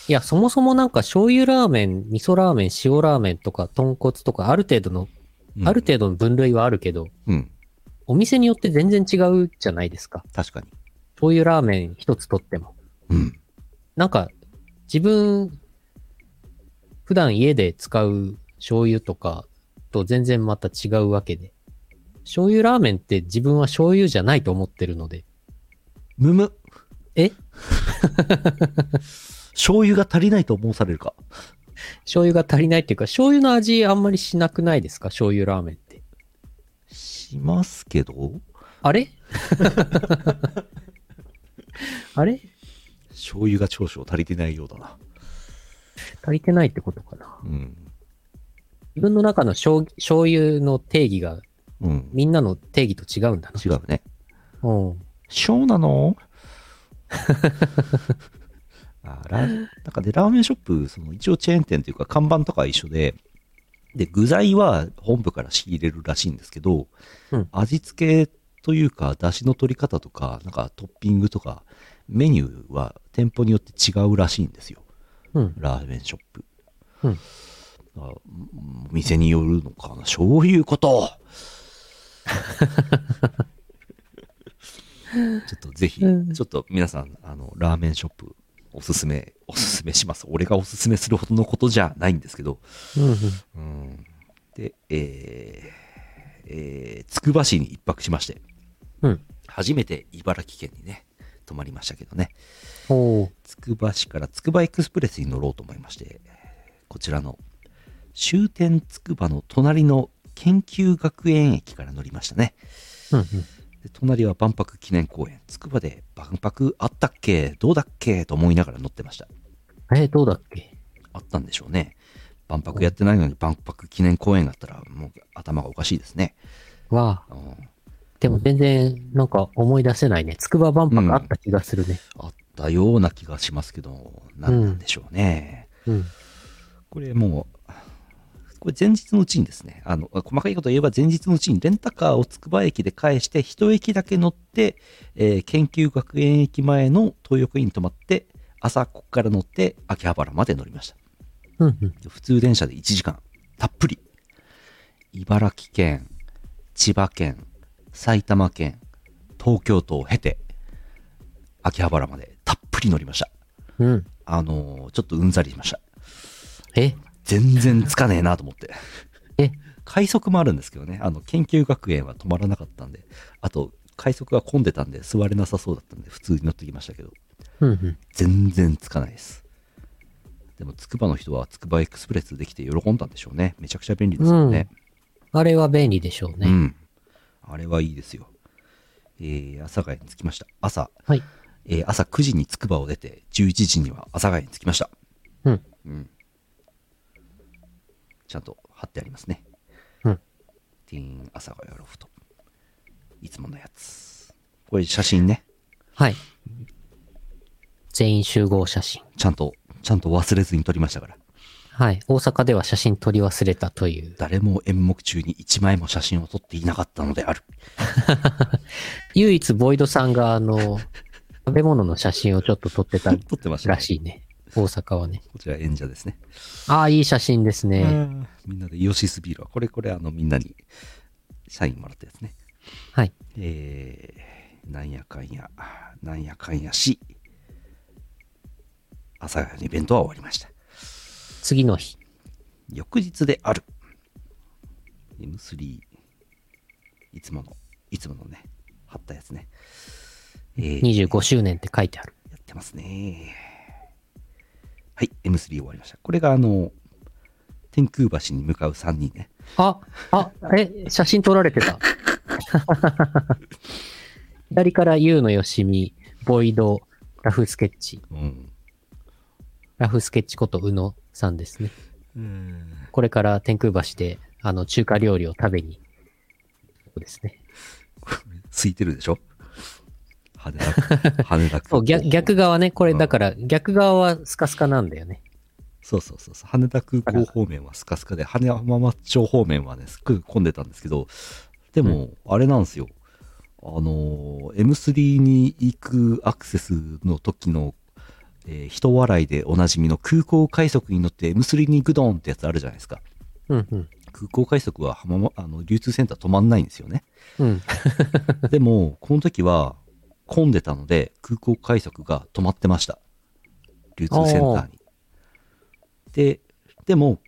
いや、そもそもなんか醤油ラーメン、味噌ラーメン、塩ラーメンとか、豚骨とか、ある程度の、ある程度の分類はあるけど、
度。うん、
お店によって全然違うじゃないですか。
確かに。
醤油ラーメン一つとっても。
うん、
なんか、自分、普段家で使う醤油とかと全然また違うわけで。醤油ラーメンって自分は醤油じゃないと思ってるので。
むむ。
え
<laughs> 醤油が足りないと思わされるか。
醤油が足りないっていうか、醤油の味あんまりしなくないですか醤油ラーメンって。
しますけど、
あれ <laughs> あれ
醤油が長所足りてないようだな。
足りてないってことかな。
うん。
自分の中の醤醤油の定義が
うん。
みんなの定義と違うんだな。
違うね。
うん。
醤なの <laughs> あラなんかで、ラーメンショップ、その一応チェーン店というか看板とかは一緒で、で、具材は本部から仕入れるらしいんですけど、
うん
味付けというか、出汁の取り方とか、なんかトッピングとか、メニューは店舗によって違うらしいんですよ。
うん。
ラーメンショップ。
うん
あお店によるのかな。そういうこと。 <laughs> ちょっとぜひ、
うん
ちょっと皆さん、あの、ラーメンショップ、おすすめ、おすすめします。俺がおすすめするほどのことじゃないんですけど。
うんうん。
うんで、えー、えー、つくば市に一泊しまして、
うん。
初めて茨城県にね、泊まりましたけどね。
おー
つくば市からつくばエクスプレスに乗ろうと思いまして、こちらの終点つくばの隣の研究学園駅から乗りましたね。
うんうん。
で隣は万博記念公園。つくばで万博あったっけどうだっけと思いながら乗ってました。
えーどうだっけ
あったんでしょうね。万博やってないのに万博記念公園があったらもう頭がおかしいですね。
わあ。
うん
でも全然、なんか思い出せないね。つくば万博あった気がするね。
あったような気がしますけど、何なんでしょうね。
うん。
これもう、これ前日のうちにですね、あの、細かいことを言えば前日のうちにレンタカーをつくば駅で返して、一駅だけ乗って、えー研究学園駅前の東横インに泊まって、朝ここから乗って秋葉原まで乗りました。
うんうん。
普通電車で1時間、たっぷり。茨城県、千葉県、埼玉県、東京都を経て、秋葉原までたっぷり乗りました。
うん。
あのーちょっとうんざりしました。
え
全然つかねえなと思って。
え
快速もあるんですけどね。あの、研究学園は止まらなかったんで。あと、快速が混んでたんで座れなさそうだったんで普通に乗ってきましたけど
うんうん。
全然つかないですでもつくばの人はつくばエクスプレスできて喜んだんでしょうねめちゃくちゃ便利ですよね、
あれは便利でしょうね。
うん。あれはいいですよ。えー、朝ヶ谷に着きました。朝、
はい。
えー朝9時につくばを出て、11時には朝ヶ谷に着きました。
うん。
うん。ちゃんと貼ってありますね。
うん。
ティーン朝ヶ谷ロフト。いつものやつ。これ写真ね。
はい。全員集合写真。
ちゃんと、ちゃんと忘れずに撮りましたから。
はい。大阪では写真撮り忘れたという。
誰も演目中に1枚も写真を撮っていなかったのである。
唯一ボイドさんがあ <laughs> の、食べ物の写真をちょっと撮ってた
撮ってました、ね。
らしいね。大阪はね。
こちら演者ですね。
ああ、いい写真ですね。
うんみんなでイオシスビールは、これこれあのみんなに社員もらったやつね。
はい。
えー、なんやかんや、なんやかんやし、朝のイベントは終わりました。
次の日。
翌日である。M3、いつもの、いつものね、貼ったやつね。えー
25周年って書いてある。
やってますね。はい、M3 終わりました。これがあの、天空橋に向かう3人ね。
あ、あ、え、写真撮られて <laughs> た。左から優のよしみ、ボイド、ラフスケッチ。
うん。
ラフスケッチこと宇野さんですね。これから天空橋で、あの、中華料理を食べに。そうですね。
空いてるでしょ羽田空羽田空
そ
港
う、逆逆側ね。これ、
うん
だから、逆側はスカスカなんだよね。
そうそうそうそう羽田空港方面はスカスカで羽田浜松町方面はねすっごい混んでたんですけどでもあれなんですよ、あのー M3 に行くアクセスの時の、えー人笑いでおなじみの空港快速に乗って M3 に行くドンってやつあるじゃないですか
うんうん。
空港快速は浜まあの流通センター止まんないんですよね
うん。
でも、この時は混んでたので、空港快速が止まってました。流通センターに。で、でも、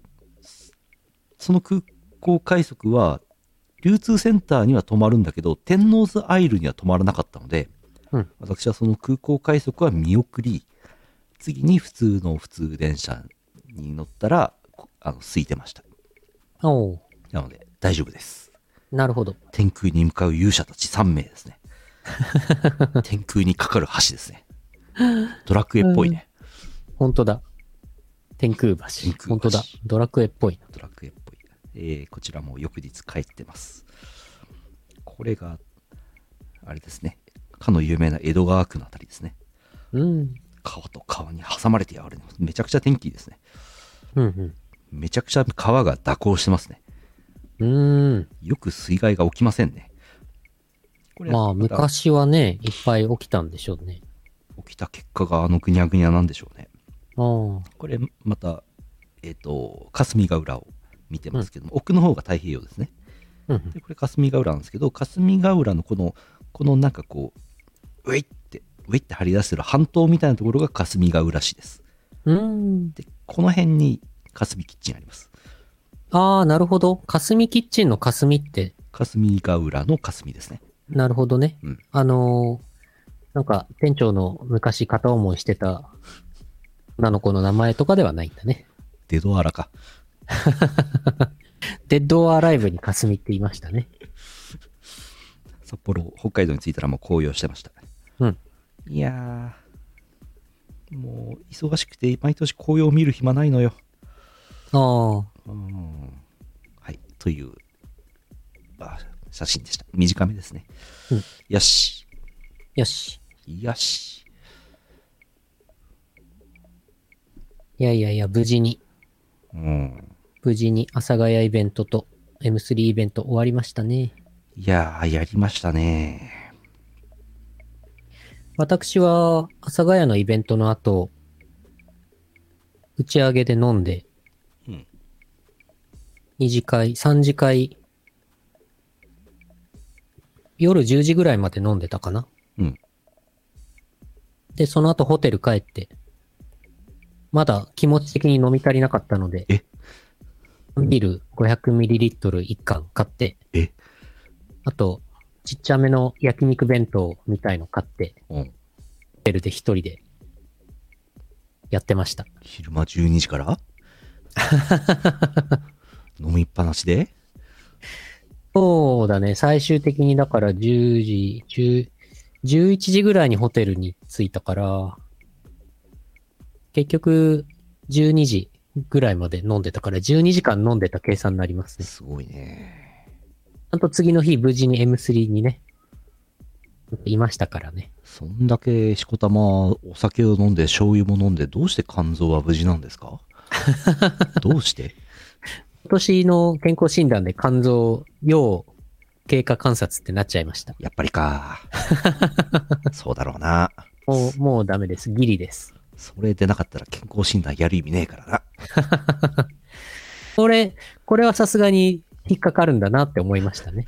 その空港快速は、流通センターには止まるんだけど、天王洲アイルには止まらなかったので、
うん
私はその空港快速は見送り、次に普通の普通電車に乗ったら、こあの、空いてました。
おう
なので、大丈夫です。
なるほど。
天空に向かう勇者たち3名で
<laughs>
すね。天空にかかる橋ですね。ドラクエっぽいね。
本当だ。天空橋。
天空橋
本当だ。ドラクエっぽいな。
ドラクエっぽい。えーこちらも翌日帰ってます。これが、あれですね。かの有名な江戸川区のあたりですね。
うん。
川と川に挟まれてやがる。めちゃくちゃ天気いいですね。
うん
めちゃくちゃ川が蛇行してますね。
うん。う
よく水害が起きませんね。こ
ーん。まあ、
た
昔はね、いっぱい起きたんでしょうね。
起きた結果があのぐにゃぐにゃなんでしょうね。
ああ。
これまた、えっと霞ヶ浦を見てますけども、奥の方が太平洋ですね
うんうん。
でこれ霞ヶ浦なんですけど霞ヶ浦のこのこのなんかこうウェイってウェイって張り出してる半島みたいなところが霞ヶ浦市です
うーん。
でこの辺に霞キッチンあります
ああ、なるほど。霞キッチンの霞って、
霞ヶ浦の霞ですね
なるほどね。
うん
あのーなんか、店長の昔片思いしてた女の子の名前とかではないんだね。
出戸原か
デッドオアライブに霞って言いましたね。
札幌北海道に着いたらもう紅葉してました
うん。
いやーもう忙しくて毎年紅葉を見る暇ないのよ
ああ、
うんはい、という、あ写真でした。短めですね。
うん
よし、
よし。
よし。
いやいやいや、無事に、
うん。
無事に、阿佐ヶ谷イベントと M3 イベント終わりましたね。
いやー、やりましたね。
私は、阿佐ヶ谷のイベントの後、打ち上げで飲んで、
うん
二次会、三次会、夜10時ぐらいまで飲んでたかな。
うん。
で、その後ホテル帰って、まだ気持ち的に飲み足りなかったので、
え
ビール 500ml 一缶買って、
え
あと、ちっちゃめの焼肉弁当みたいの買って、
うん。
ホテルで一人でやってました。
昼間12時から
<laughs>
飲みっぱなしで
そうだね。最終的にだから10時、10 11時ぐらいにホテルに着いたから、結局12時ぐらいまで飲んでたから12時間飲んでた計算になりますね。ち
すごいね。
ゃんと次の日無事に M3 にね、いましたからね。
そんだけしこたまお酒を飲んで醤油も飲んでどうして肝臓は無事なんで
<laughs>
すかどうして
今年の健康診断で肝臓要経過観察ってなっちゃいました。
やっぱ
<laughs>
りか。そうだろうな。
もう、もうダメです。ギリです。
それでなかったら健康診断やる意味ねえからな。
これ、これはさすがに引っかかるんだなって思いました
<laughs>
ね。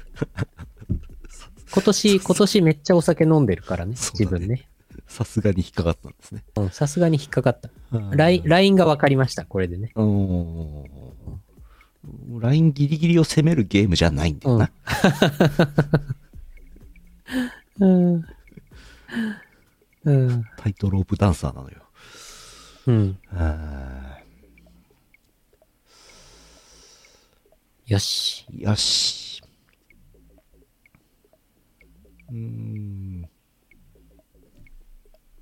今年、今年めっちゃお酒飲んでるからね、
そう
自
だね
分ね。
さすがに引っかかったんですね。
うんさすがに引っかかった。ライン LINE が分かりました、これでね。
うーん。ラインギリギリを攻めるゲームじゃないんだよな。
<laughs> うん。うん。
タイトロープダンサーなのよ。
うん。
あ
よし。
ーよし。うーん。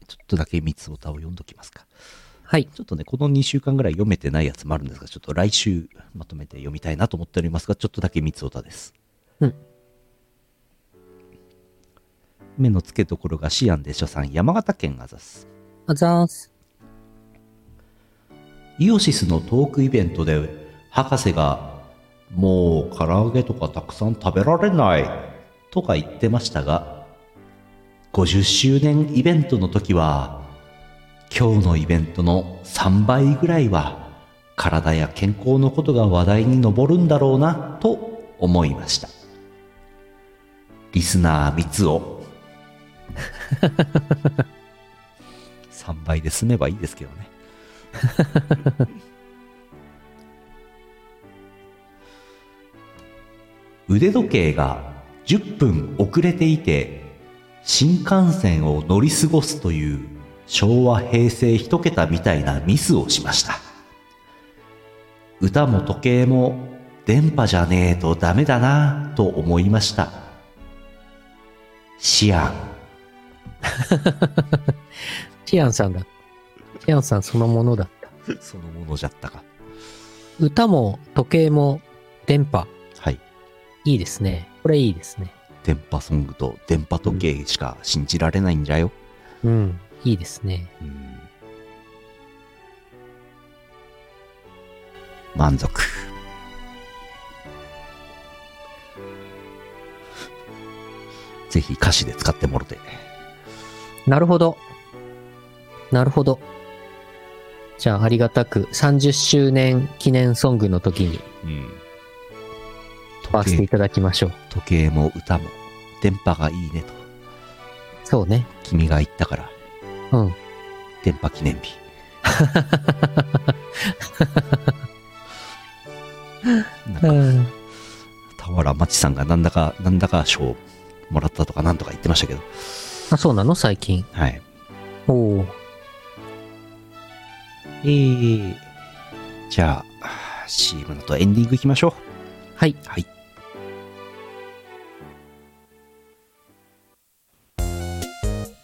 ちょっとだけ三つおたを読んどきますか。
はい。
ちょっとね、この2週間ぐらい読めてないやつもあるんですが、ちょっと来週まとめて読みたいなと思っておりますが、ちょっとだけ三つおたです。
うん
目の付けどころがシアンで所さん、山形県あざす。
あざーす。
イオシスのトークイベントで博士が「もう唐揚げとかたくさん食べられない」とか言ってましたが50周年イベントの時は今日のイベントの3倍ぐらいは体や健康のことが話題に上るんだろうなと思いましたリスナー三つを3倍で済めばいいですけどね腕時計が10分遅れていて新幹線を乗り過ごすという昭和平成一桁みたいなミスをしました歌も時計も電波じゃねえとダメだなと思いましたシアン
シアンさんだ。シアンさんそのものだった。
そのものじゃったか
歌も時計も電波。
はい
いいですね。これいいですね。
電波ソングと電波時計しか信じられないんじゃよ、
うん。いいですね。
うん満足 <laughs> ぜひ歌詞で使ってもろて
なるほど。なるほど。じゃあ、ありがたく30周年記念ソングの時に飛ばせていただきましょう。
時計も歌も電波がいいねと
そうね。
君が言ったから
うん。
電波記念日なんか
うん。
俵真知さんがなんだかなんだか賞をもらったとかなんとか言ってましたけど
あ、そうなの最近。
はい
おお。
えー、じゃあ CM のとエンディングいきましょう
はい。
はい。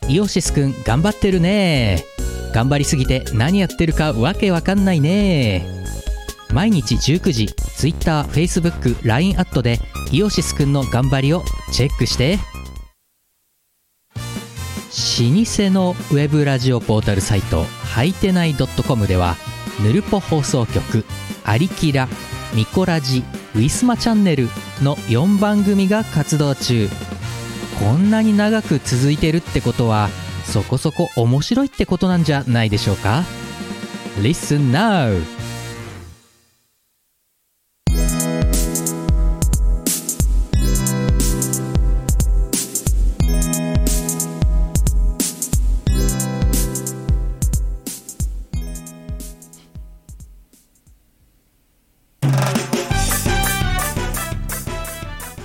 イオシスくん頑張ってるね頑張りすぎて何やってるかわけわかんないね毎日19時 TwitterFacebookLINE アットでイオシスくんの頑張りをチェックして老舗のウェブラジオポータルサイトはいてない .com ではぬるぽ放送局「アリキラ」「ミコラジ」「ウィスマチャンネル」の4番組が活動中こんなに長く続いてるってことはそこそこ面白いってことなんじゃないでしょうか Listen now!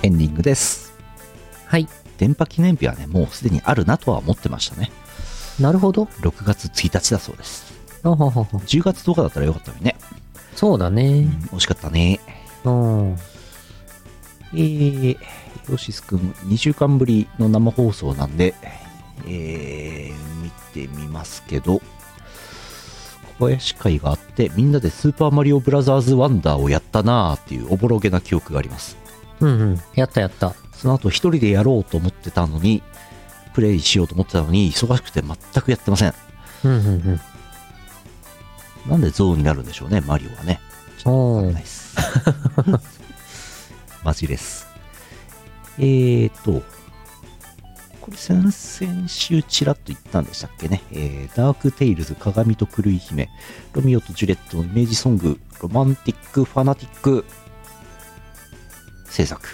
エンディングです
はい。
電波記念日はね、もうすでにあるなとは思ってましたね。
なるほど。
6月1日だそうです。
あははは
10月10日だったらよかったのにね。
そうだ
う
ね
ん。、惜しかったね。
うん。
えー、ヨシスくん、2週間ぶりの生放送なんで、えー、見てみますけど、小林会があって、みんなでスーパーマリオブラザーズワンダーをやったなーっていうおぼろげな記憶があります。
うんうん。やったやった。
その後一人でやろうと思ってたのに、プレイしようと思ってたのに、忙しくて全くやってません。
うんうん
なんでゾウになるんでしょうね、マリオはね。ちょっとわかんないっす。 <laughs> マジです。えーと、これ先々週ちらっと言ったんでしたっけね。えーダークテイルズ、鏡と狂い姫、ロミオとジュレットのイメージソング、ロマンティック、ファナティック、制作。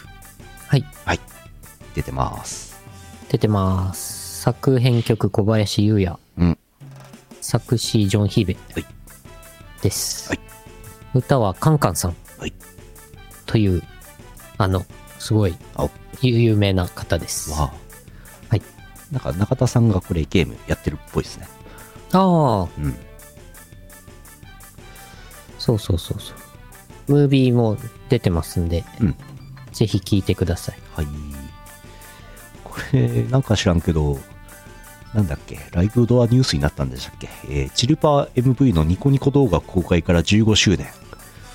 はい。
はい。出てます。
出てます。作編曲小林優也。
うん。
作詞ジョン・ヒーベ。
はい
です。
はい
歌はカンカンさん。
はい
という、あの、すごい
あ、
有有名な方です。
わあ。
はい。
なんか中田さんがこれゲームやってるっぽいですね。
ああ、
うん。
そうそうそうそう。ムービーも出てますんで、
うん
ぜひ聴いてください。
はい。これ、なんか知らんけど、なんだっけ、ライブドアニュースになったんでしたっけ、えーチルパー MV のニコニコ動画公開から15周年、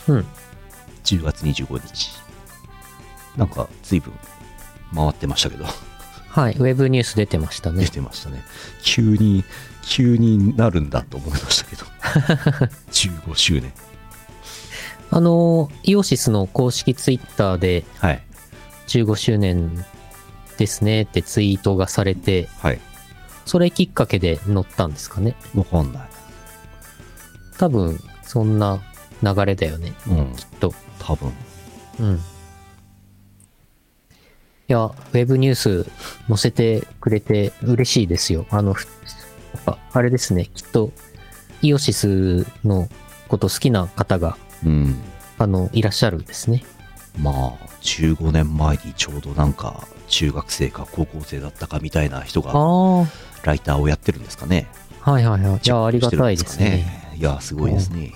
うん。
10月25日。なんか、随分回ってましたけど、
はい。ウェブニュース出てました
出
ね。
てましたね。急に、急になるんだと思いましたけど、15周 <laughs> 年。
あのー、イオシスの公式ツイッターで
はい。
15周年ですねってツイートがされて、
はい。
それきっかけで載ったんですかね。
わかんない。
多分、そんな流れだよね。
うん、
きっと。
多分。
うん。いや、ウェブニュース載せてくれて嬉しいですよ。あの、ふやっぱ、あれですね、きっと、イオシスのこと好きな方が、
うん。
あの、いらっしゃるんですね。
まあ、15年前にちょうどなんか、中学生か高校生だったかみたいな人
あ
が、
あ、は
ライターをやってるんですかね。
いはいはい。いや、ありがたいです
チェックしてるん
ね。
かね。いや、すごいですね。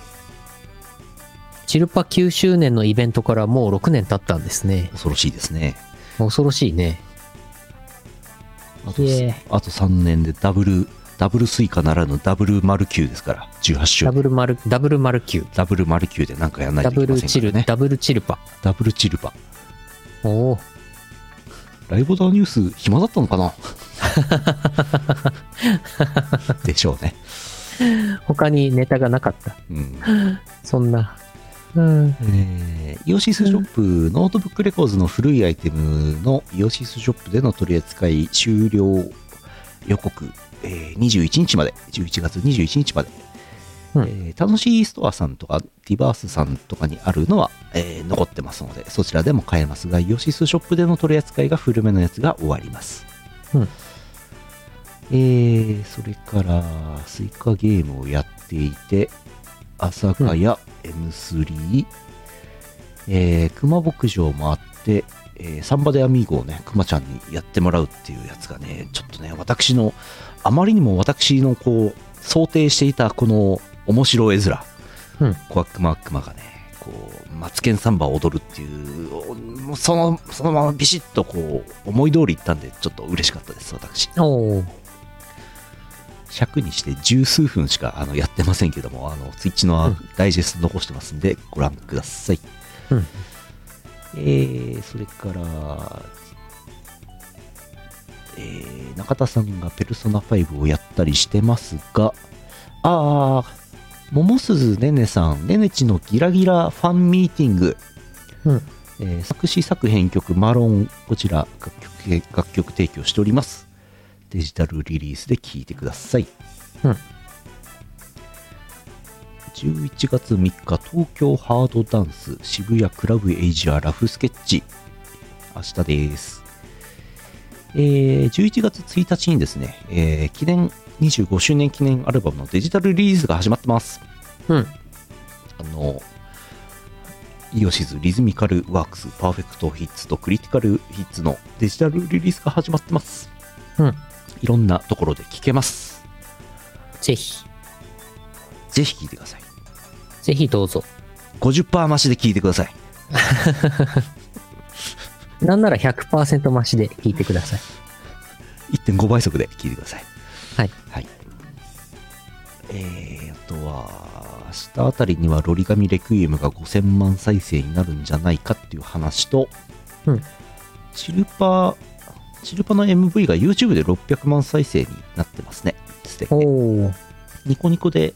チルパ9周年のイベントからもう6年経ったんですね。
恐ろしいですね。
恐ろしいね。
あと
いえ、
あと3年でダブル、ダブルスイカならぬダブルマルキューですから、18周
ダブ
年。
ルマル、ダブルマルキュー。
ダブルマルキューでなんかやらない
ダ
といけ
ブル
ませんか
チ
ら
ル、
ね。
ダブルチルパ。
ダブルチルバ。
おお、
ライボダーニュース、暇だったの
<laughs>
かなでしょうね。
他にネタがなかった。
うん
そんな。うん。
えーイオシスショップ、ノートブックレコーズの古いアイテムのイオシスショップでの取り扱い終了予告、えー21日まで、11月21日まで、
うん
えー楽しいストアさんとか、ディバースさんとかにあるのは、えー残ってますので、そちらでも買えますが、イオシスショップでの取り扱いが古めのやつが終わります。
うん
えーそれから、スイカゲームをやっていて、朝霞や M3、えー、熊牧場もあって、えーサンバでアミーゴをね、熊ちゃんにやってもらうっていうやつがね、ちょっとね、私の、あまりにも私のこう、想定していたこの面白絵面、
うん
小悪魔悪魔がね、こう、マツケンサンバを踊るっていう、おもうその、そのままビシッとこう、思い通りいったんで、ちょっと嬉しかったです、私。
おお。
尺にして十数分しかあのやってませんけども、あの、ツイッチの
うん
ダイジェスト残してますんで、ご覧ください。
うん。
えー、それから、えー、中田さんがペルソナ5をやったりしてますが、あー、桃鈴ねねさん、ねねちのギラギラファンミーティング、
うん。
えー作詞作編曲マロン、こちら楽曲楽曲提供しております。デジタルリリースで聴いてください。
うん
11月3日東京ハードダンス渋谷クラブエイジアラフスケッチ明日です、えー11月1日にですね、えー記念25周年記念アルバムのデジタルリリースが始まってます
うん。
あのイオシズリズミカルワークスパーフェクトヒッツとクリティカルヒッツのデジタルリリースが始まってます
うん
いろんなところで聞けます
ぜひ、
ぜひ聞いてください
ぜひどうぞ。
50%増しで聞いてください
なんなら100%増しで聞いてください。
1.5倍速で聞いてください
はい、
はい、えー、あとは明日あたりにはロリガミレクイエムが5000万再生になるんじゃないかっていう話と、
うん
チルパチルパの MV が YouTube で600万再生になってますねすでにね
おー、
ニコニコで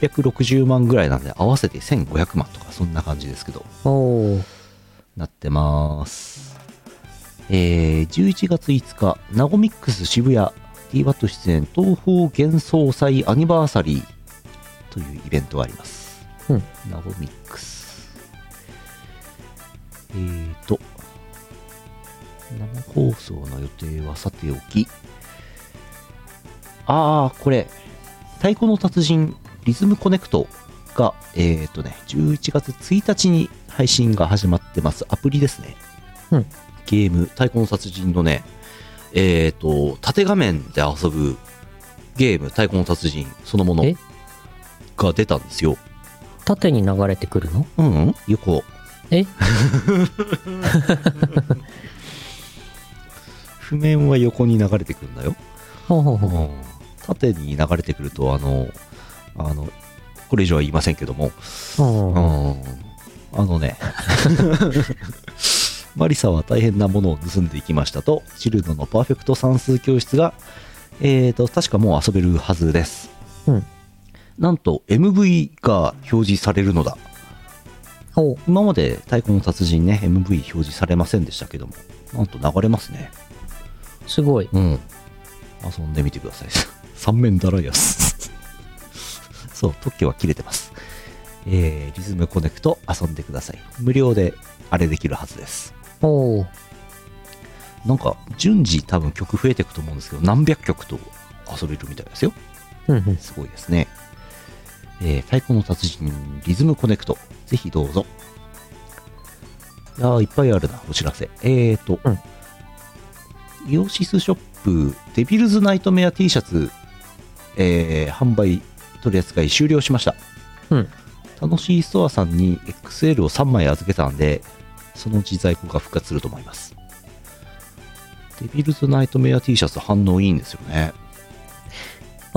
860万ぐらいなんで合わせて1500万とかそんな感じですけど
おー、
なってます。えー、11月5日、ナゴミックス渋谷 DWAT 出演東方幻想祭アニバーサリーというイベントがあります。
うん
ナゴミックス。えーと、生放送の予定はさておき、あー、これ、太鼓の達人リズムコネクトが、えっ、とね、11月1日に配信が始まってます。アプリですね。
うん
ゲーム、太鼓の殺人のね、えっ、と、縦画面で遊ぶゲーム、太鼓の達人そのもの
え
が出たんですよ。
縦に流れてくるの
うん、うん、横。
え
<laughs> 譜面は横に流れてくるんだよ。
ほうほうほう。
縦に流れてくると、あの、あの、これ以上は言いませんけども、
おー
うんあのね、 <laughs> マリサは大変なものを盗んでいきましたと、チルノのパーフェクト算数教室が、えーと、確かもう遊べるはずです。
うん
なんと MV が表示されるのだ。
ほう。
今まで太鼓の達人ね、MV 表示されませんでしたけども、なんと流れますね。
すごい。
うん。遊んでみてください。 <laughs> 三面だらやす。 <laughs> そう、特許は切れてます。えー、リズムコネクト遊んでください。無料であれできるはずです。
おー、
なんか、順次多分曲増えていくと思うんですけど、何百曲と遊べるみたいですよ。
うんうん。
すごいですね。えー、太鼓の達人、リズムコネクト。ぜひどうぞ。ああ、いっぱいあるな、お知らせ。えーと、
うん
イオシスショップ、デビルズナイトメア T シャツ、えー販売、取り扱い終了しました。
うん
楽しいストアさんに XL を3枚預けたんで、そのうち在庫が復活すると思います。デビルズナイトメア T シャツ反応いいんですよね。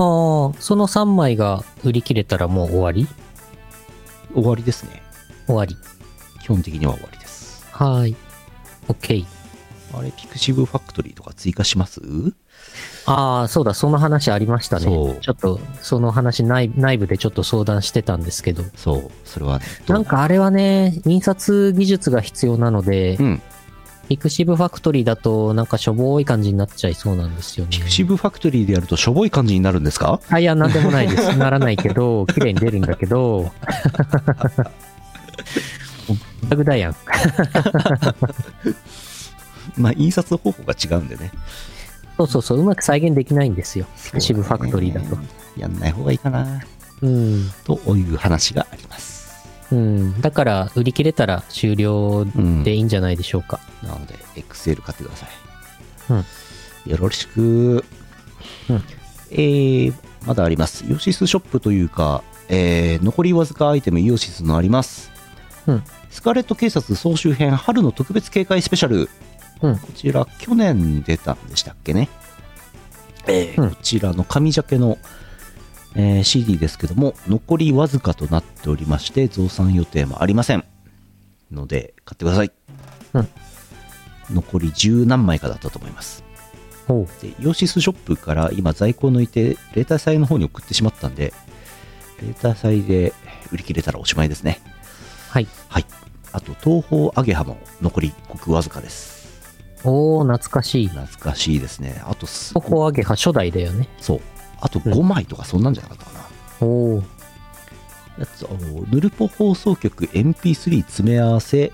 ああ、その3枚が売り切れたらもう終わり
終わりですね。
終わり。
基本的には終わりです。
はーい。OK。
あれ、ピクシブファクトリーとか追加します
ああ、そうだ、その話ありましたね。
そう
ちょっと、その話内内部でちょっと相談してたんですけど。
そう、それはね。どう
なん、かあれはね、印刷技術が必要なので、
うん。
ピクシブファクトリーだとなんかしょぼい感じになっちゃいそうなんですよね。
ピクシブファクトリーでやるとしょぼい感じになるんですか
あ、いや、なんでもない
<laughs>
です。ならないけど、綺麗に出るんだけど。バグだやん。
まあ、印刷方法が違うんでね。
そうそうそう、うまく再現できないんですよ。ピ
ピ
クシブファクトリーだと。。
やんない方がいいかな、
うん。
という話があります。
うん。だから、売り切れたら終了
うん
でいいんじゃないでしょうか。
なので、XL 買ってください。
うん
よろしく。
うん
えー、まだあります。イオシスショップというか、えー、残りわずかアイテムイオシスのあります。
うん
スカーレット警察総集編春の特別警戒スペシャル。
うん
こちら、去年出たんでしたっけね。えー
うん
こちらの紙ジャケの、えー CD ですけども、残りわずかとなっておりまして、増産予定もありません。ので、買ってください。残り十何枚かだったと思います
ほ
でイオシスショップから今在庫抜いてレーター祭の方に送ってしまったんでレーター祭で売り切れたらおしまいですね
はい
はいあと東宝アゲハも残りごくわずかです
う。おー、懐かしい。
懐かしいですねあとす
ここアゲハ初代だよね。
そうあと5枚とかそんなんじゃなかったかな、
おー。
やつあのヌルポ放送局 MP3 詰め合わせ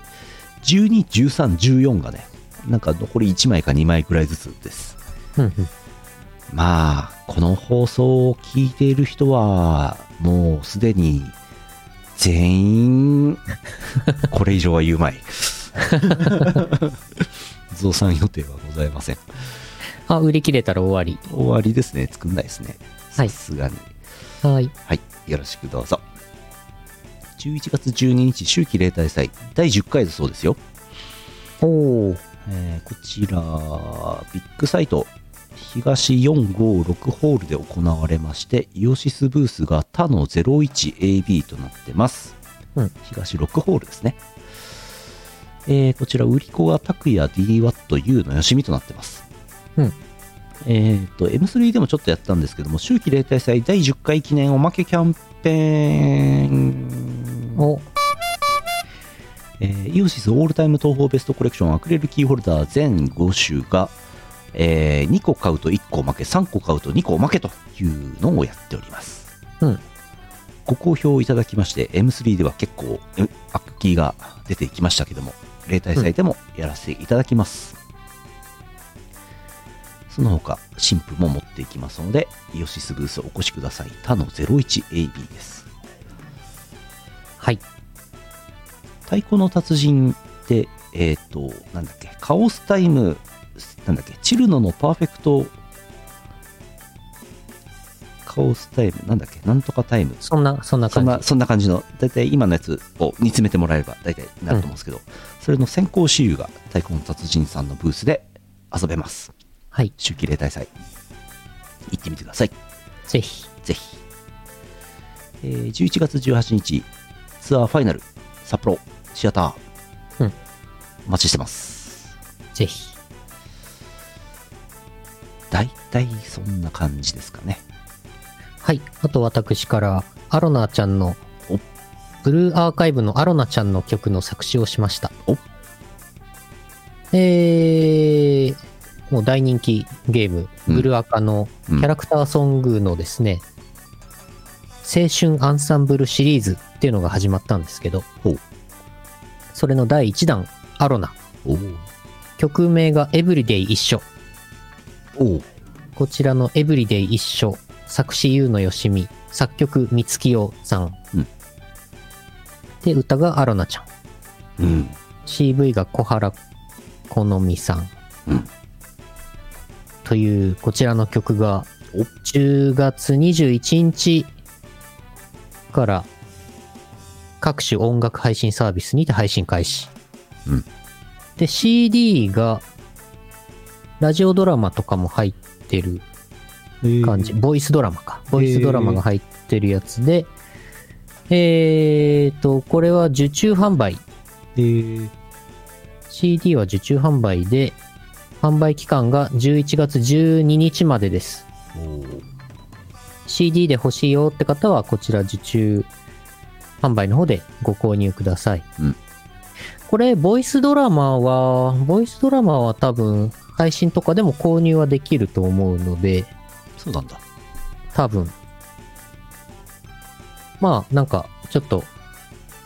12、13、14がねなんか残り1枚か2枚くらいずつです
うん
まあ、この放送を聞いている人は、もうすでに全員これ以上は言うまい。 <laughs> 増産予定はございません。
あ、売り切れたら終わり。
終わりですね。作んないですね。
は
さ
い
すがに。
はい。
はい。よろしくどうぞ。11月12日、秋季例大祭、第10回だそうですよ。
おー。
えーこちら、ビッグサイト、東456ホールで行われまして、イオシスブースが他の 01AB となってます。
うん
東6ホールですね。えーこちら、売り子が拓也 DWATU のよしみとなってます。
うん
えっ、と、M3 でもちょっとやったんですけども、秋季例大祭第10回記念おまけキャンペーン
お、
えーイオシスオールタイム東宝ベストコレクションアクリルキーホルダー全5種が、え2個買うと1個負け3個買うと2個負けというのをやっております、
うん
ご好評いただきまして M3 では結構えアクキーが出てきましたけども例大祭でもやらせていただきます、その他新婦も持っていきますのでイオシスブースお越しください他の 01AB です
はい。
太鼓の達人って、えっ、と、なんだっけ、カオスタイム、なんだっけ、チルノのパーフェクト、カオスタイム、なんだっけ、なんとかタイム。
そんな、そんな
そん
感
な、
じ。
そんな感じの、だいたい今のやつを煮詰めてもらえれば、だいたいなると思うんですけど、それの先行私有が太鼓の達人さんのブースで遊べます。
はい。
秋季例大祭。行ってみてください。
ぜひ。
ぜひ。えー11月18日、ツアーファイナル、札幌、シアター。
うん
お待ちしてます。
ぜひ。
大体そんな感じですかね。
はい。あと私から、アロナちゃんの
お、
ブルーアーカイブのアロナちゃんの曲の作詞をしました
お。
えー、もう大人気ゲーム、
うん
ブルアカのキ
うん
ャラクターソングのですね、青春アンサンブルシリーズっていうのが始まったんですけど
ほう、
それの第1弾、アロナ。
お
曲名がエブリデイ一緒。
お
こちらのエブリデイ一緒、作詞優のよしみ、作曲三月陽さん。
うん
で、歌がアロナちゃん。
うん。
CV が小原好美さん。
うん
という、こちらの曲が
お、
10月21日から各種音楽配信サービスにて配信開始。
うん
で、CD が、ラジオドラマとかも入ってる感じ、ボイスドラマか。ボイスドラマが入ってるやつで、えーと、これは受注販売。CD は受注販売で、販売期間が11月12日までです。CD で欲しいよって方は、こちら受注販売の方でご購入ください。
うん
これ、ボイスドラマは、ボイスドラマは多分、配信とかでも購入はできると思うので、
そうなんだ。
多分。まあ、なんか、ちょっと、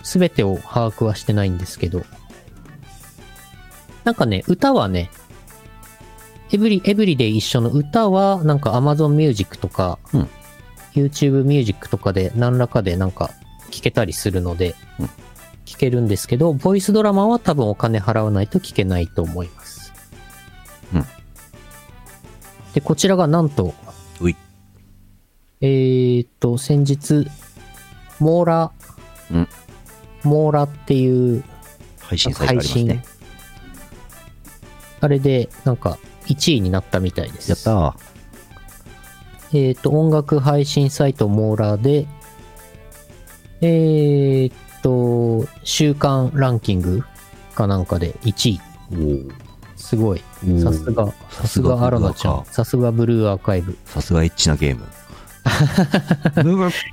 すべてを把握はしてないんですけど。なんかね、歌はね、エブリ、エブリで一緒の歌は、なんか Amazon Music とか、
うん
YouTube Music とかで、何らかでなんか、聞けたりするので、
うん
聞けるんですけど、ボイスドラマは多分お金払わないと聞けないと思います。
うん
で、こちらがなんと、
うい。
えー、っと、先日、モーラ、
うん
モーラっていう
配信サイトあ
配
ります
信、
ね。
あれで、なんか、1位になったみたいです。
やったー。
えっ、と、音楽配信サイトモーラーで、えっ、と、週間ランキングかなんかで1位。すごい。
おー
さす。が、さすがアロナちゃん。さすがブルーアーカイブ。
さすがエッチ
<laughs>
なゲーム。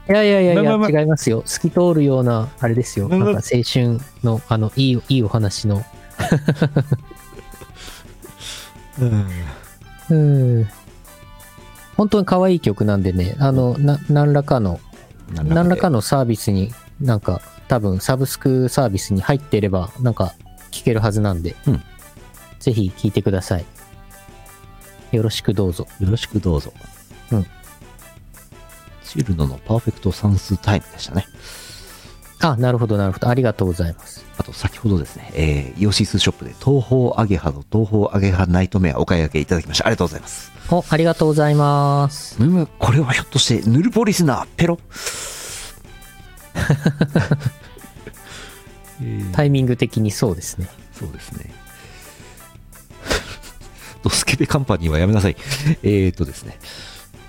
いやいやいやい
まあまあま
や、違いますよ。透き通るような、あれですよ。
ま
な
あ
ん
まあ
か青春の、あの、いい、いいお話の。
うん
うん。本当に可愛い曲なんでね、あの、な、何らかの、何らかのサービスに、なんか、多分サブスクサービスに入っていれば、なんか、聞けるはずなんで、
うん
ぜひ聞いてください。よろしくどうぞ。
よろしくどうぞ。
うん。
チルノのパーフェクト算数タイムでしたね。
あ、なるほど、なるほど。ありがとうございます。
あと先ほどですね、えー、イオシスショップで東方アゲハの東方アゲハナイトメアお買い上げいただきました。ありがとうございます。
お、ありがとうございます。
むむ、これはひょっとしてヌルポリスナーペロ <laughs> えー
タイミング的にそうですね。
そうですね。 <laughs> ドスケベカンパニーはやめなさい。えーとですね。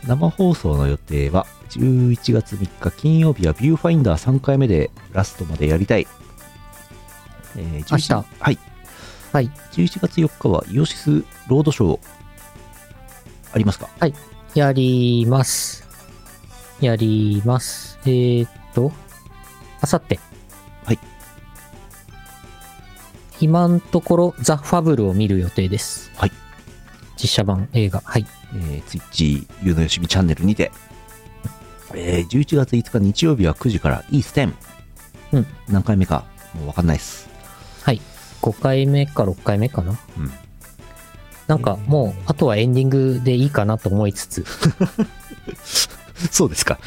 生放送の予定は11月3日金曜日はビューファインダー3回目でラストまでやりたい。えー11
明日
はい。
はい。
11月4日はイオシスロードショーありますか
やります。やります。えー、っと、あさって。
はい。
今のところ、ザ・ファブルを見る予定です。
はい。
実写版映画。はい。
えー、Twitch ゆうのよしみチャンネルにて、えー11月5日日曜日は9時からイース10
うん
何回目かもうわかんないっす
はい。5回目か6回目かな。
うん
なんかもう、あとはエンディングでいいかなと思いつつ、
<laughs> そうですか。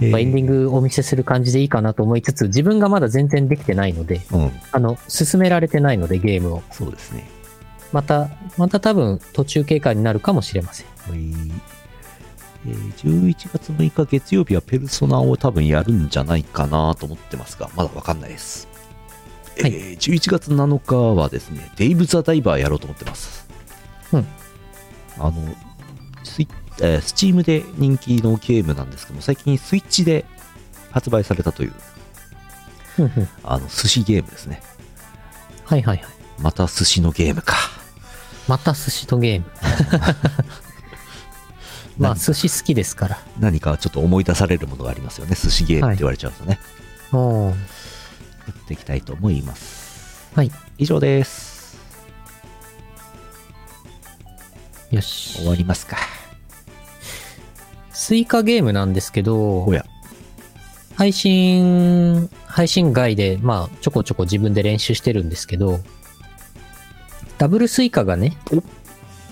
エ
え
ンディングお見せする感じでいいかなと思いつつ、自分がまだ全然できてないので、
うん、
あの、進められてないのでゲームを。
そうですね。
また、また多分途中経過になるかもしれません。
はいえー11月6日月曜日はペルソナを多分やるんじゃないかなと思ってますが、まだわかんないです。
はい
えー11月7日はですね、デイブ・ザ・ダイバーやろうと思ってます。
うん。
あの、スイえー、スチームで人気のゲームなんですけども、最近スイッチで発売されたという、
ふんふん
あの、寿司ゲームですね。
はいはいはい。
また寿司のゲームか。
また寿司とゲー <laughs> ム。まあ、寿司好きですから。
何かちょっと思い出されるものがありますよね寿司ゲームって言われちゃうとね、
おー
やっていきたいと思います
はい。
以上です
よし
終。わりますか
スイカゲームなんですけど、
おや
配信、配信外で、まあ、ちょこちょこ自分で練習してるんですけど、ダブルスイカがね、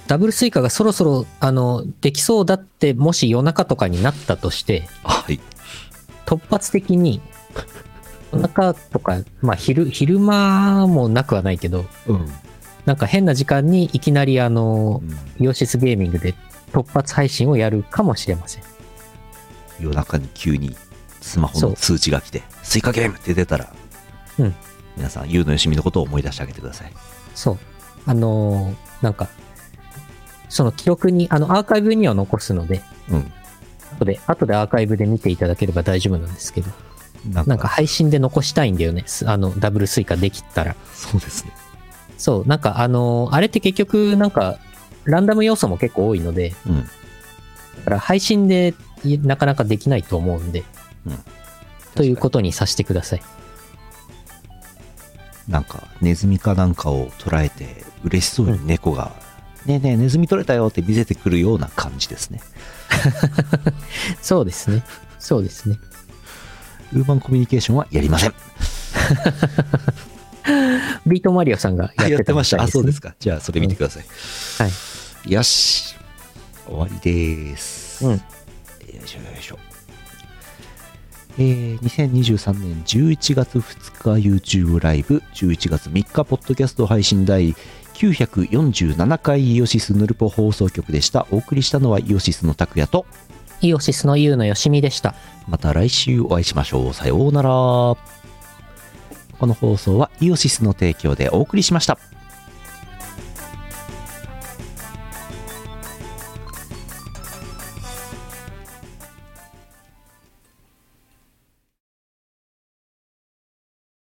ダブルスイカがそろそろ、あの、できそうだって、もし夜中とかになったとして、
はい
突発的に、夜中とか、まあ、昼、昼間もなくはないけど、
うん、うん
なんか変な時間にいきなり、あの、イオシスゲーミングで突発配信をやるかもしれません。
夜中に急にスマホの通知が来て「スイカゲーム!」って出たら、
うん
皆さん優のよしみのことを思い出してあげてください
そう。あのーなんか、その記録に、あの、アーカイブには残すので、
うん
後で、後でアーカイブで見ていただければ大丈夫なんですけど、
なんか
なんか配信で残したいんだよね。すあの、ダブルスイカできたら。
そうですね
そう、なんかあのーあれって結局、なんか、ランダム要素も結構多いので、
うん
だから配信でいなかなかできないと思うんで、
うん
ということにさせてください。
なんかネズミかなんかを捕らえて嬉しそうに猫が「ねえねえネズミ取れたよ」って見せてくるような感じですね
そうですね。そうですね。
ウーマンコミュニケーションはやりません
ビートマリオさんがやってたみ
や
い
ってました。あ、そう
ね
ですか。じゃあ、それ見てください。
はい。
よし。終わりです。
うん
よいしょよいしょ。えー、2023年11月2日 YouTube ライブ、11月3日ポッドキャスト配信第947回イオシスヌルポ放送局でした。お送りしたのはイオシスの拓也と、
イオシスのユウのよしみでした。
また来週お会いしましょう。さようなら。この放送はイオシスの提供でお送りしました。